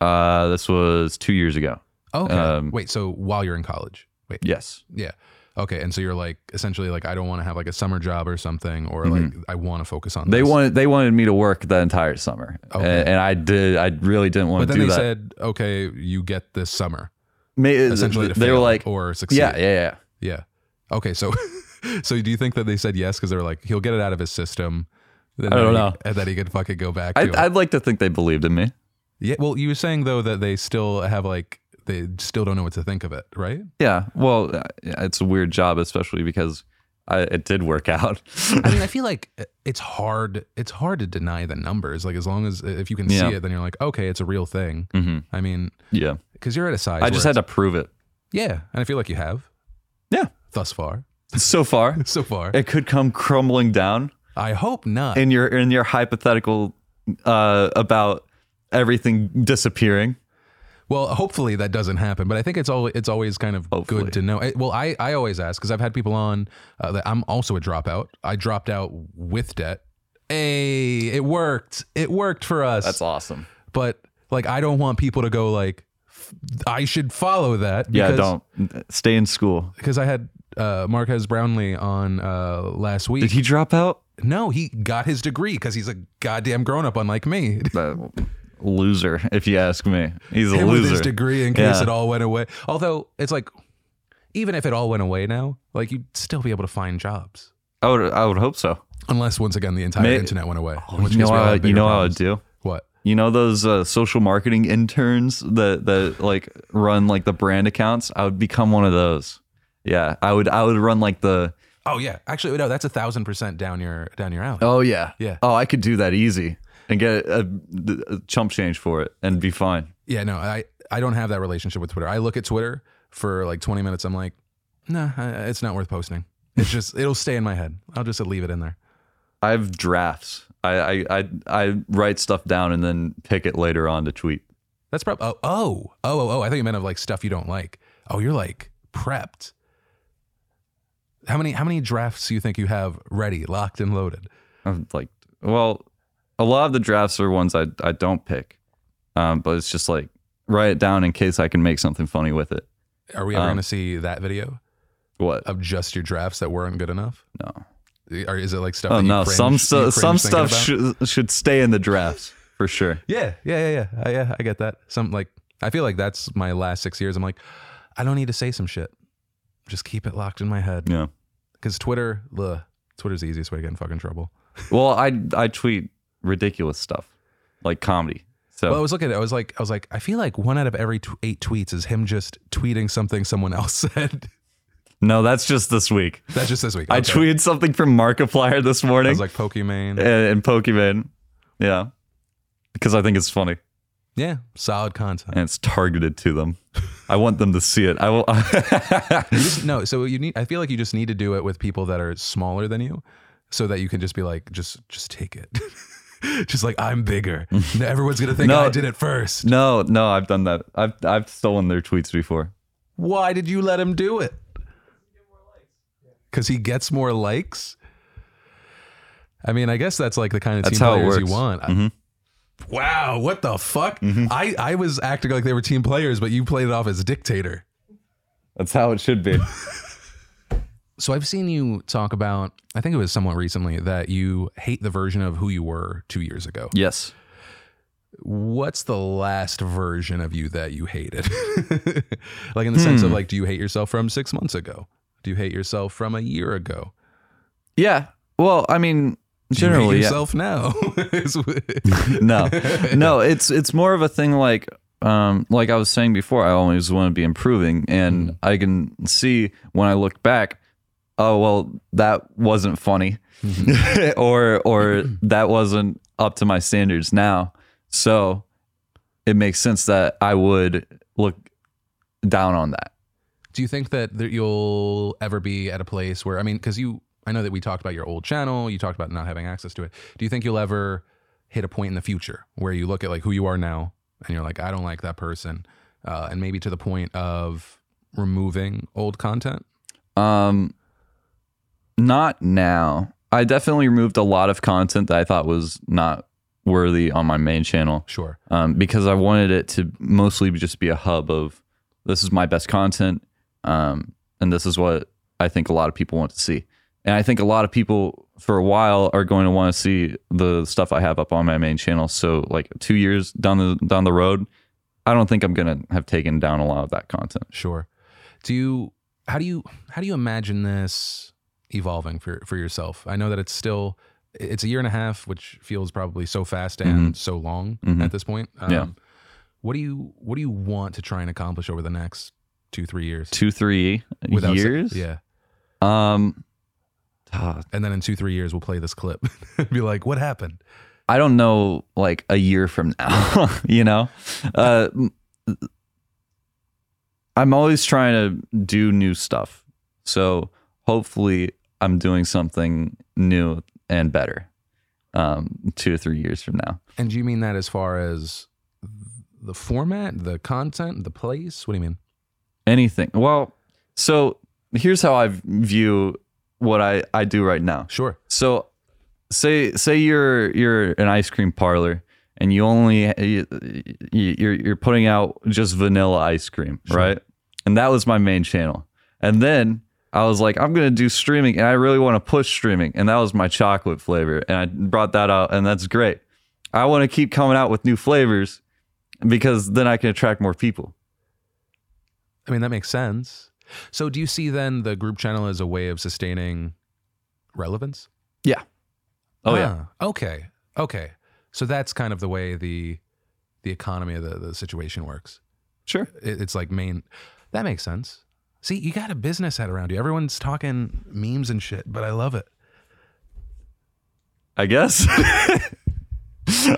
B: uh, this was two years ago.
A: Okay.
B: Um,
A: Wait, so while you're in college. Wait.
B: Yes.
A: Yeah. Okay. And so you're like essentially like I don't want to have like a summer job or something, or like I want to focus on.
B: Mm-hmm. They
A: this.
B: wanted they wanted me to work the entire summer,
A: Okay.
B: and, and I did. I really didn't want
A: But
B: to
A: then
B: do
A: they
B: that.
A: said, okay, you get this summer.
B: Ma-
A: Essentially,
B: they
A: to
B: were
A: fail
B: like,
A: or succeed.
B: yeah, yeah, yeah.
A: Yeah. Okay. So, so do you think that they said yes because they were like, he'll get it out of his system. Then
B: I don't
A: he-
B: know.
A: And then he could fucking go back. to
B: I,
A: it.
B: I'd like to think they believed in me.
A: yeah. Well, you were saying though that they still have like they still don't know what to think of it, right?
B: Yeah. Well, uh, it's a weird job, especially because I, it did work out.
A: I mean, I feel like uh, it's hard. It's hard to deny the numbers. Like as long as uh, if you can
B: Yeah.
A: see it, then you're like, okay, it's a real thing.
B: Mhm.
A: I mean,
B: yeah.
A: because you're at a size.
B: I just
A: where
B: had to prove it.
A: it's- yeah, and I feel like you have
B: Yeah. Eh.
A: thus far.
B: So far,
A: So far,
B: it could come crumbling down
A: I hope not.
B: in your in your hypothetical uh, about everything disappearing.
A: Well, hopefully that doesn't happen, but I think it's all it's always kind of
B: Hopefully.
A: good to know. I- well, I I always ask because I've had people on uh, that I'm also a dropout. I dropped out with debt. Hey, it worked. It worked for us.
B: That's awesome.
A: But like, I don't want people to go like, "F- I should follow that.
B: Yeah.
A: because-
B: don't stay in school.
A: because I had uh, Marquez Brownlee on uh, last week.
B: Did he drop out?
A: no, he got his degree because he's a goddamn grown up, unlike me.
B: That Uh, loser, if you ask me, he's a
A: Him with his
B: loser.
A: degree in case
B: Yeah.
A: it all went away. Although it's like, even if it all went away now, like you'd still be able to find jobs,
B: I would I would hope so.
A: unless once again the entire
B: May- Oh,
A: internet went away. in which
B: You know,
A: case we all
B: what I-
A: have
B: you
A: bigger
B: know what I would
A: problems.
B: do?
A: what?
B: You know those uh, social marketing interns that that like run like the brand accounts. I would become one of those. Yeah, I would. I would run like the.
A: Oh yeah, actually no, that's a thousand percent down your down your alley.
B: Oh yeah,
A: Yeah.
B: Oh, I could do that easy and get a, a chump change for it and be fine.
A: Yeah, no, I I don't have that relationship with Twitter. I look at Twitter for like 20 minutes. I'm like, nah, I- it's not worth posting. It's just it'll stay in my head. I'll just leave it in there.
B: I have drafts. I, I I I write stuff down and then pick it later on to tweet.
A: That's probably oh, oh oh oh oh. I think you meant of like stuff you don't like. Oh, you're like prepped. How many how many drafts do you think you have ready, locked and loaded?
B: I'm like, well, a lot of the drafts are ones I I don't pick, um, but it's just like write it down in case I can make something funny with it.
A: Are we ever
B: Um,
A: going to see that video
B: What?
A: of just your drafts that weren't good enough?
B: No.
A: Or is it like stuff?
B: Oh
A: that you
B: no,
A: cringe-
B: some
A: you
B: stuff
A: cringe
B: some
A: thinking
B: stuff
A: about?
B: should should stay in the drafts for sure.
A: Yeah, yeah, yeah, yeah. I, yeah, I get that. Some like I feel like that's my last six years. I'm like, I don't need to say some shit. Just keep it locked in my head
B: Yeah.
A: because Twitter, the Twitter's the easiest way to get in fucking trouble.
B: Well, I I tweet ridiculous stuff like comedy. So
A: Well, I was looking at it. I was like, I was like, I feel like one out of every tw- eight tweets is him just tweeting something someone else said.
B: no, that's just this week.
A: That's just this week.
B: I
A: Okay.
B: tweeted something from Markiplier this
A: I
B: morning
A: was like Pokimane.
B: and, and Pokemon. Yeah. Because I think it's funny
A: Yeah, solid content.
B: and it's targeted to them. I want them to see it. I will.
A: You just- no, so you need. I feel like you just need to do it with people that are smaller than you, so that you can just be like, just, just take it. just like I'm bigger. No, Everyone's gonna think
B: No.
A: I did it first.
B: no, no, I've done that. I've I've stolen their tweets before.
A: Why did you let him do it? Because he gets more likes. I mean, I guess that's like the kind of
B: That's
A: team
B: how it
A: players you
B: works. Mm-hmm.
A: want. Wow, what the fuck? I, I was acting like they were team players, but you played it off as a dictator.
B: That's how it should be.
A: So I've seen you talk about, I think it was somewhat recently, that you hate the version of who you were two years ago.
B: yes.
A: What's the last version of you that you hated? like in the sense
B: Hmm.
A: of like, do you hate yourself from six months ago? Do you hate yourself from a year ago?
B: Yeah. Well, I mean,
A: Generally,
B: generally, yeah.
A: yourself now. It's weird.
B: no no it's it's more of a thing like um like i was saying before i always want to be improving and i can see when i look back oh well that wasn't funny
A: Mm-hmm.
B: or or that wasn't up to my standards now so it makes sense that i would look down on that
A: Do you think that there, you'll ever be at a place where I mean, because you, I know that we talked about your old channel, you talked about not having access to it. Do you think you'll ever hit a point in the future where you look at like who you are now and you're like, I don't like that person, uh, and maybe to the point of removing old content?
B: Um, not now. I definitely removed a lot of content that I thought was not worthy on my main channel
A: Sure.
B: um, because I wanted it to mostly just be a hub of this is my best content um, and this is what I think a lot of people want to see. And I think a lot of people for a while are going to want to see the stuff I have up on my main channel. So like two years down the down the road, I don't think I'm gonna have taken down a lot of that content.
A: Sure. Do you how do you how do you imagine this evolving for for yourself? I know that it's still it's a year and a half, which feels probably so fast and so long
B: Mhm.
A: at this point. Um,
B: Yeah.
A: What do you what do you want to try and accomplish over the next two three years?
B: Two, three
A: Without-
B: years.
A: yeah.
B: Um, ah,
A: And then in two three years we'll play this clip. Be like, what happened?
B: I don't know, like a year from now, you know? Uh, m- I'm always trying to do new stuff. So hopefully I'm doing something new and better um, two or three years from now.
A: And do you mean that as far as the format, the content, the place? What do you mean?
B: Anything. Well, so here's how I view what I, I do right now.
A: Sure.
B: So say say you're you're an ice cream parlor and you only you, you're you're putting out just vanilla ice cream, right? And that was my main channel. And then I was like, I'm gonna do streaming, and I really want to push streaming, and that was my chocolate flavor, and I brought that out, and that's great. I want to keep coming out with new flavors because then I can attract more people.
A: I mean, that makes sense. So, do you see then the group channel as a way of sustaining relevance?
B: Yeah. Oh yeah.
A: Ah, Okay. Okay. So that's kind of the way the the economy of the, the situation works.
B: Sure.
A: It, it's like main. That makes sense. See, you got a business head around you. Everyone's talking memes and shit, but I love it.
B: I guess.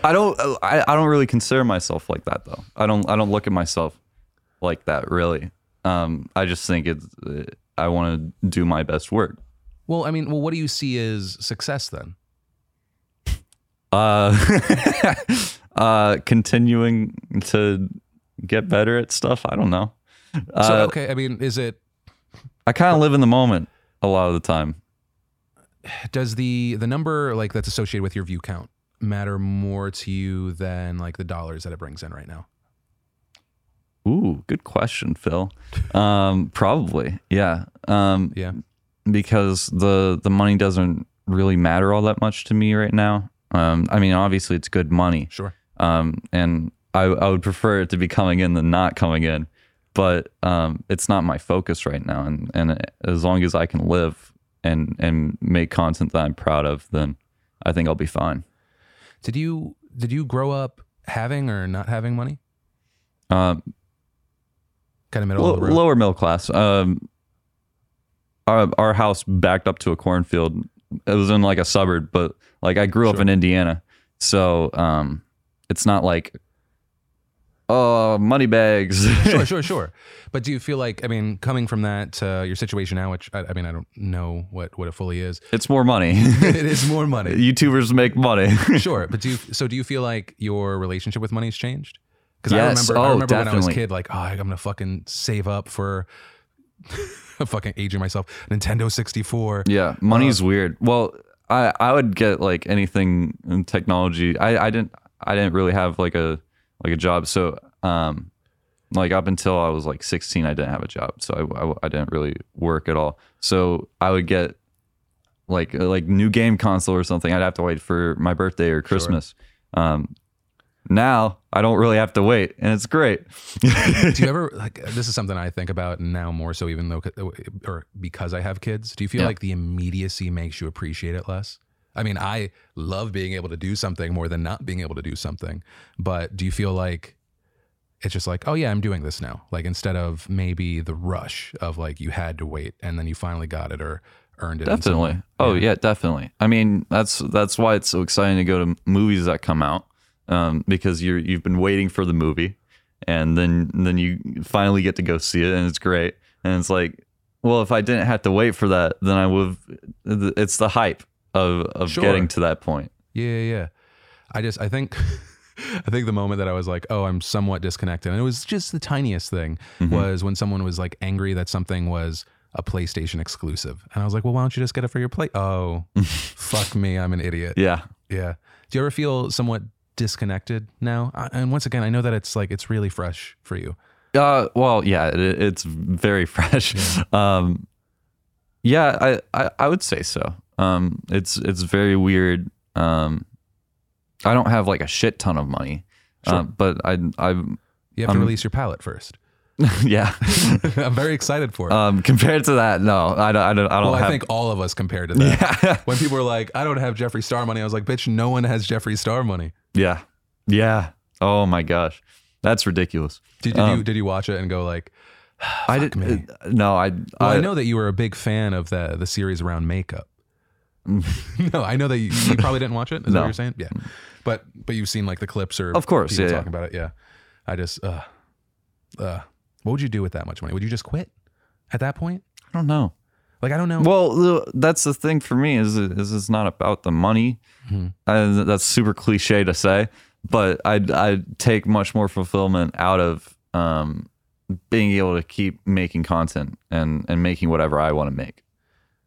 B: I don't. I, I don't really consider myself like that though. I don't. I don't look at myself like that really. Um, I just think it's. uh, I want to do my best work.
A: Well, I mean, well, what do you see as success then?
B: Uh, uh, continuing to get better at stuff. I don't know. Uh,
A: So okay, I mean, is it
B: I kind of live in the moment a lot of the time.
A: does the the number like that's associated with your view count matter more to you than like the dollars that it brings in right now?
B: Ooh, good question, Phil. Um, probably, yeah. Um,
A: Yeah.
B: because the the money doesn't really matter all that much to me right now. Um, I mean, obviously, it's good money,
A: Sure.
B: um, and I, I would prefer it to be coming in than not coming in. But um, it's not my focus right now, and and as long as I can live and and make content that I'm proud of, then I think I'll be fine.
A: Did you did you grow up having or not having money?
B: Um,
A: Kind of middle
B: Low,
A: of the road.
B: lower middle class. Um, our our house backed up to a cornfield. It was in like a suburb, but like I grew up in Indiana, so um, it's not like oh money bags.
A: sure, sure, sure. But do you feel like I mean, coming from that to your situation now, which I, I mean, I don't know what what it fully is.
B: it's more money.
A: it is more money.
B: YouTubers make money.
A: Sure, but do you, so? Do you feel like your relationship with money has changed? Because I
B: Yes.
A: remember, I
B: Oh,
A: remember when I was a
B: definitely.
A: kid, like, oh, I'm gonna fucking save up for. I'm fucking aging myself. Nintendo 64.
B: yeah, money's weird. Well, I I would get like anything in technology. I I didn't I didn't really have like a like a job. So um, like up until I was like 16, I didn't have a job. So I I, I didn't really work at all. So I would get like uh, like new game console or something. I'd have to wait for my birthday or Christmas. Um, now I don't really have to wait, and it's great.
A: Do you ever like? This is something I think about now more so, even though or because I have kids. Do you feel
B: Yeah.
A: like the immediacy makes you appreciate it less? I mean, I love being able to do something more than not being able to do something. But do you feel like it's just like, oh yeah, I'm doing this now? Like instead of maybe the rush of like you had to wait and then you finally got it or earned it. in some
B: definitely.
A: way.
B: Oh yeah. definitely. I mean, that's that's why it's so exciting to go to m- movies that come out um, because you're you've been waiting for the movie, and then then you finally get to go see it, and it's great. And it's like, well, if I didn't have to wait for that, then I would. It's the hype of of
A: Sure.
B: getting to that point.
A: Yeah, yeah, yeah. I just I think I think the moment that I was like, oh, I'm somewhat disconnected, and it was just the tiniest thing
B: Mm-hmm.
A: was when someone was like angry that something was a PlayStation exclusive, and I was like, well, why don't you just get it for your play? Oh, fuck me, I'm an idiot.
B: Yeah.
A: Yeah. Do you ever feel somewhat disconnected now? I, and once again, I know that it's like it's really fresh for you.
B: Uh, well, yeah, it, it's very fresh. Um, yeah, I, I, I would say so. Um, it's it's very weird. Um, I don't have like a shit ton of money, uh, but I I
A: You
B: Um,
A: have to release your palette first.
B: yeah.
A: I'm very excited for it.
B: Um, compared to that, no, I don't I don't, I don't
A: well,
B: have.
A: I think all of us compared to that. When people were like, I don't have Jeffree Star money, I was like, bitch, no one has Jeffree Star money.
B: yeah, yeah. Oh my gosh, that's ridiculous.
A: Did, did
B: Um,
A: you did you watch it and go like?
B: I didn't. No, I
A: Oh, Well, I,
B: I,
A: know that you were a big fan of the the series around makeup. no, I know that you, you probably didn't watch it. Is that what
B: No.
A: you're saying? Yeah, but but you've seen like the clips or
B: Of course,
A: people
B: yeah, yeah.
A: talking about it. Yeah, I just uh, uh, what would you do with that much money? Would you just quit at that point?
B: I don't know.
A: Like I don't know.
B: Well, the- that's the thing for me is is it's not about the money. Uh, that's super cliche to say, but I I take much more fulfillment out of um, being able to keep making content and and making whatever I want to make.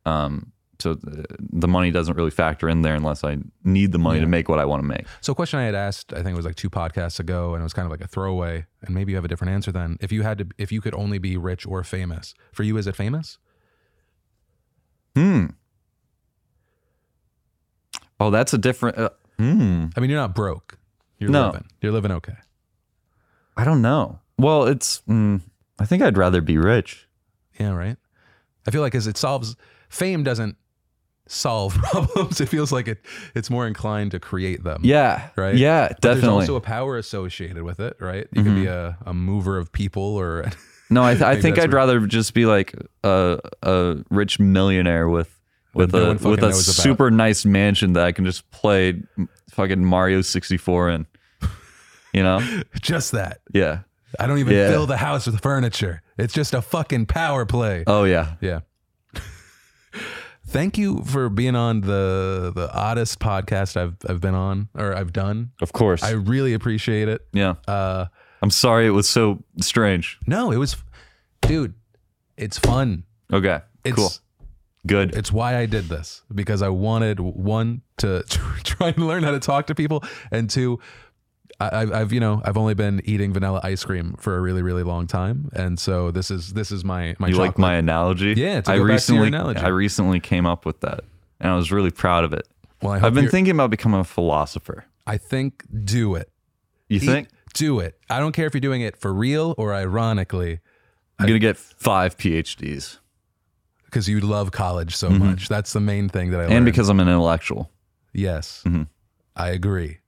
B: Um, so the, the money doesn't really factor in there unless I need the money to make what I want to make.
A: So a question I had asked, I think it was like two podcasts ago, and it was kind of like a throwaway. And maybe you have a different answer then. If you had to, if you could only be rich or famous, for you is it famous?
B: Hmm. Oh, that's a different. Uh, hmm.
A: I mean, you're not broke. You're
B: No.
A: living. You're living okay.
B: I don't know. Well, it's. Mm, I think I'd rather be rich.
A: Yeah, right. I feel like as it solves fame doesn't solve problems. It feels like it it's more inclined to create them.
B: Yeah.
A: Right?
B: Yeah,
A: But There's
B: definitely. Mm-hmm.
A: also a power associated with it, right? You can be a, a mover of people or
B: no, I, th- I
A: Maybe
B: think
A: that's
B: I'd rather just be like a a rich millionaire with with
A: That no
B: a
A: one fucking
B: with a
A: knows about.
B: super nice mansion that I can just play m- fucking Mario 64 in. You know?
A: just that.
B: Yeah.
A: I don't even
B: Yeah.
A: fill the house with furniture. It's just a fucking power play.
B: Oh yeah.
A: yeah. Thank you for being on the the oddest podcast I've I've been on or I've done.
B: Of course.
A: I really appreciate it.
B: yeah.
A: Uh,
B: I'm sorry it was so strange.
A: no, it was, dude, it's fun.
B: Okay.
A: It's
B: cool. Good.
A: it's why I did this because I wanted one to try and learn how to talk to people, and two, I, I've- I've you know I've only been eating vanilla ice cream for a really really long time, and so this is this is my my
B: you like
A: chocolate.
B: my analogy?
A: Yeah, to
B: I
A: go back to
B: recently
A: your analogy.
B: I recently came up with that and I was really proud of it.
A: well I
B: I've
A: hope
B: been
A: you're-
B: thinking about becoming a philosopher.
A: I think do it
B: You
A: Eat-
B: think?
A: do it I don't care if you're doing it for real or ironically
B: I'm going to get 5 PhDs
A: because you love college so much that's the main thing that I
B: Mm-hmm.
A: learned.
B: and Mm-hmm. because I'm an intellectual.
A: yes I agree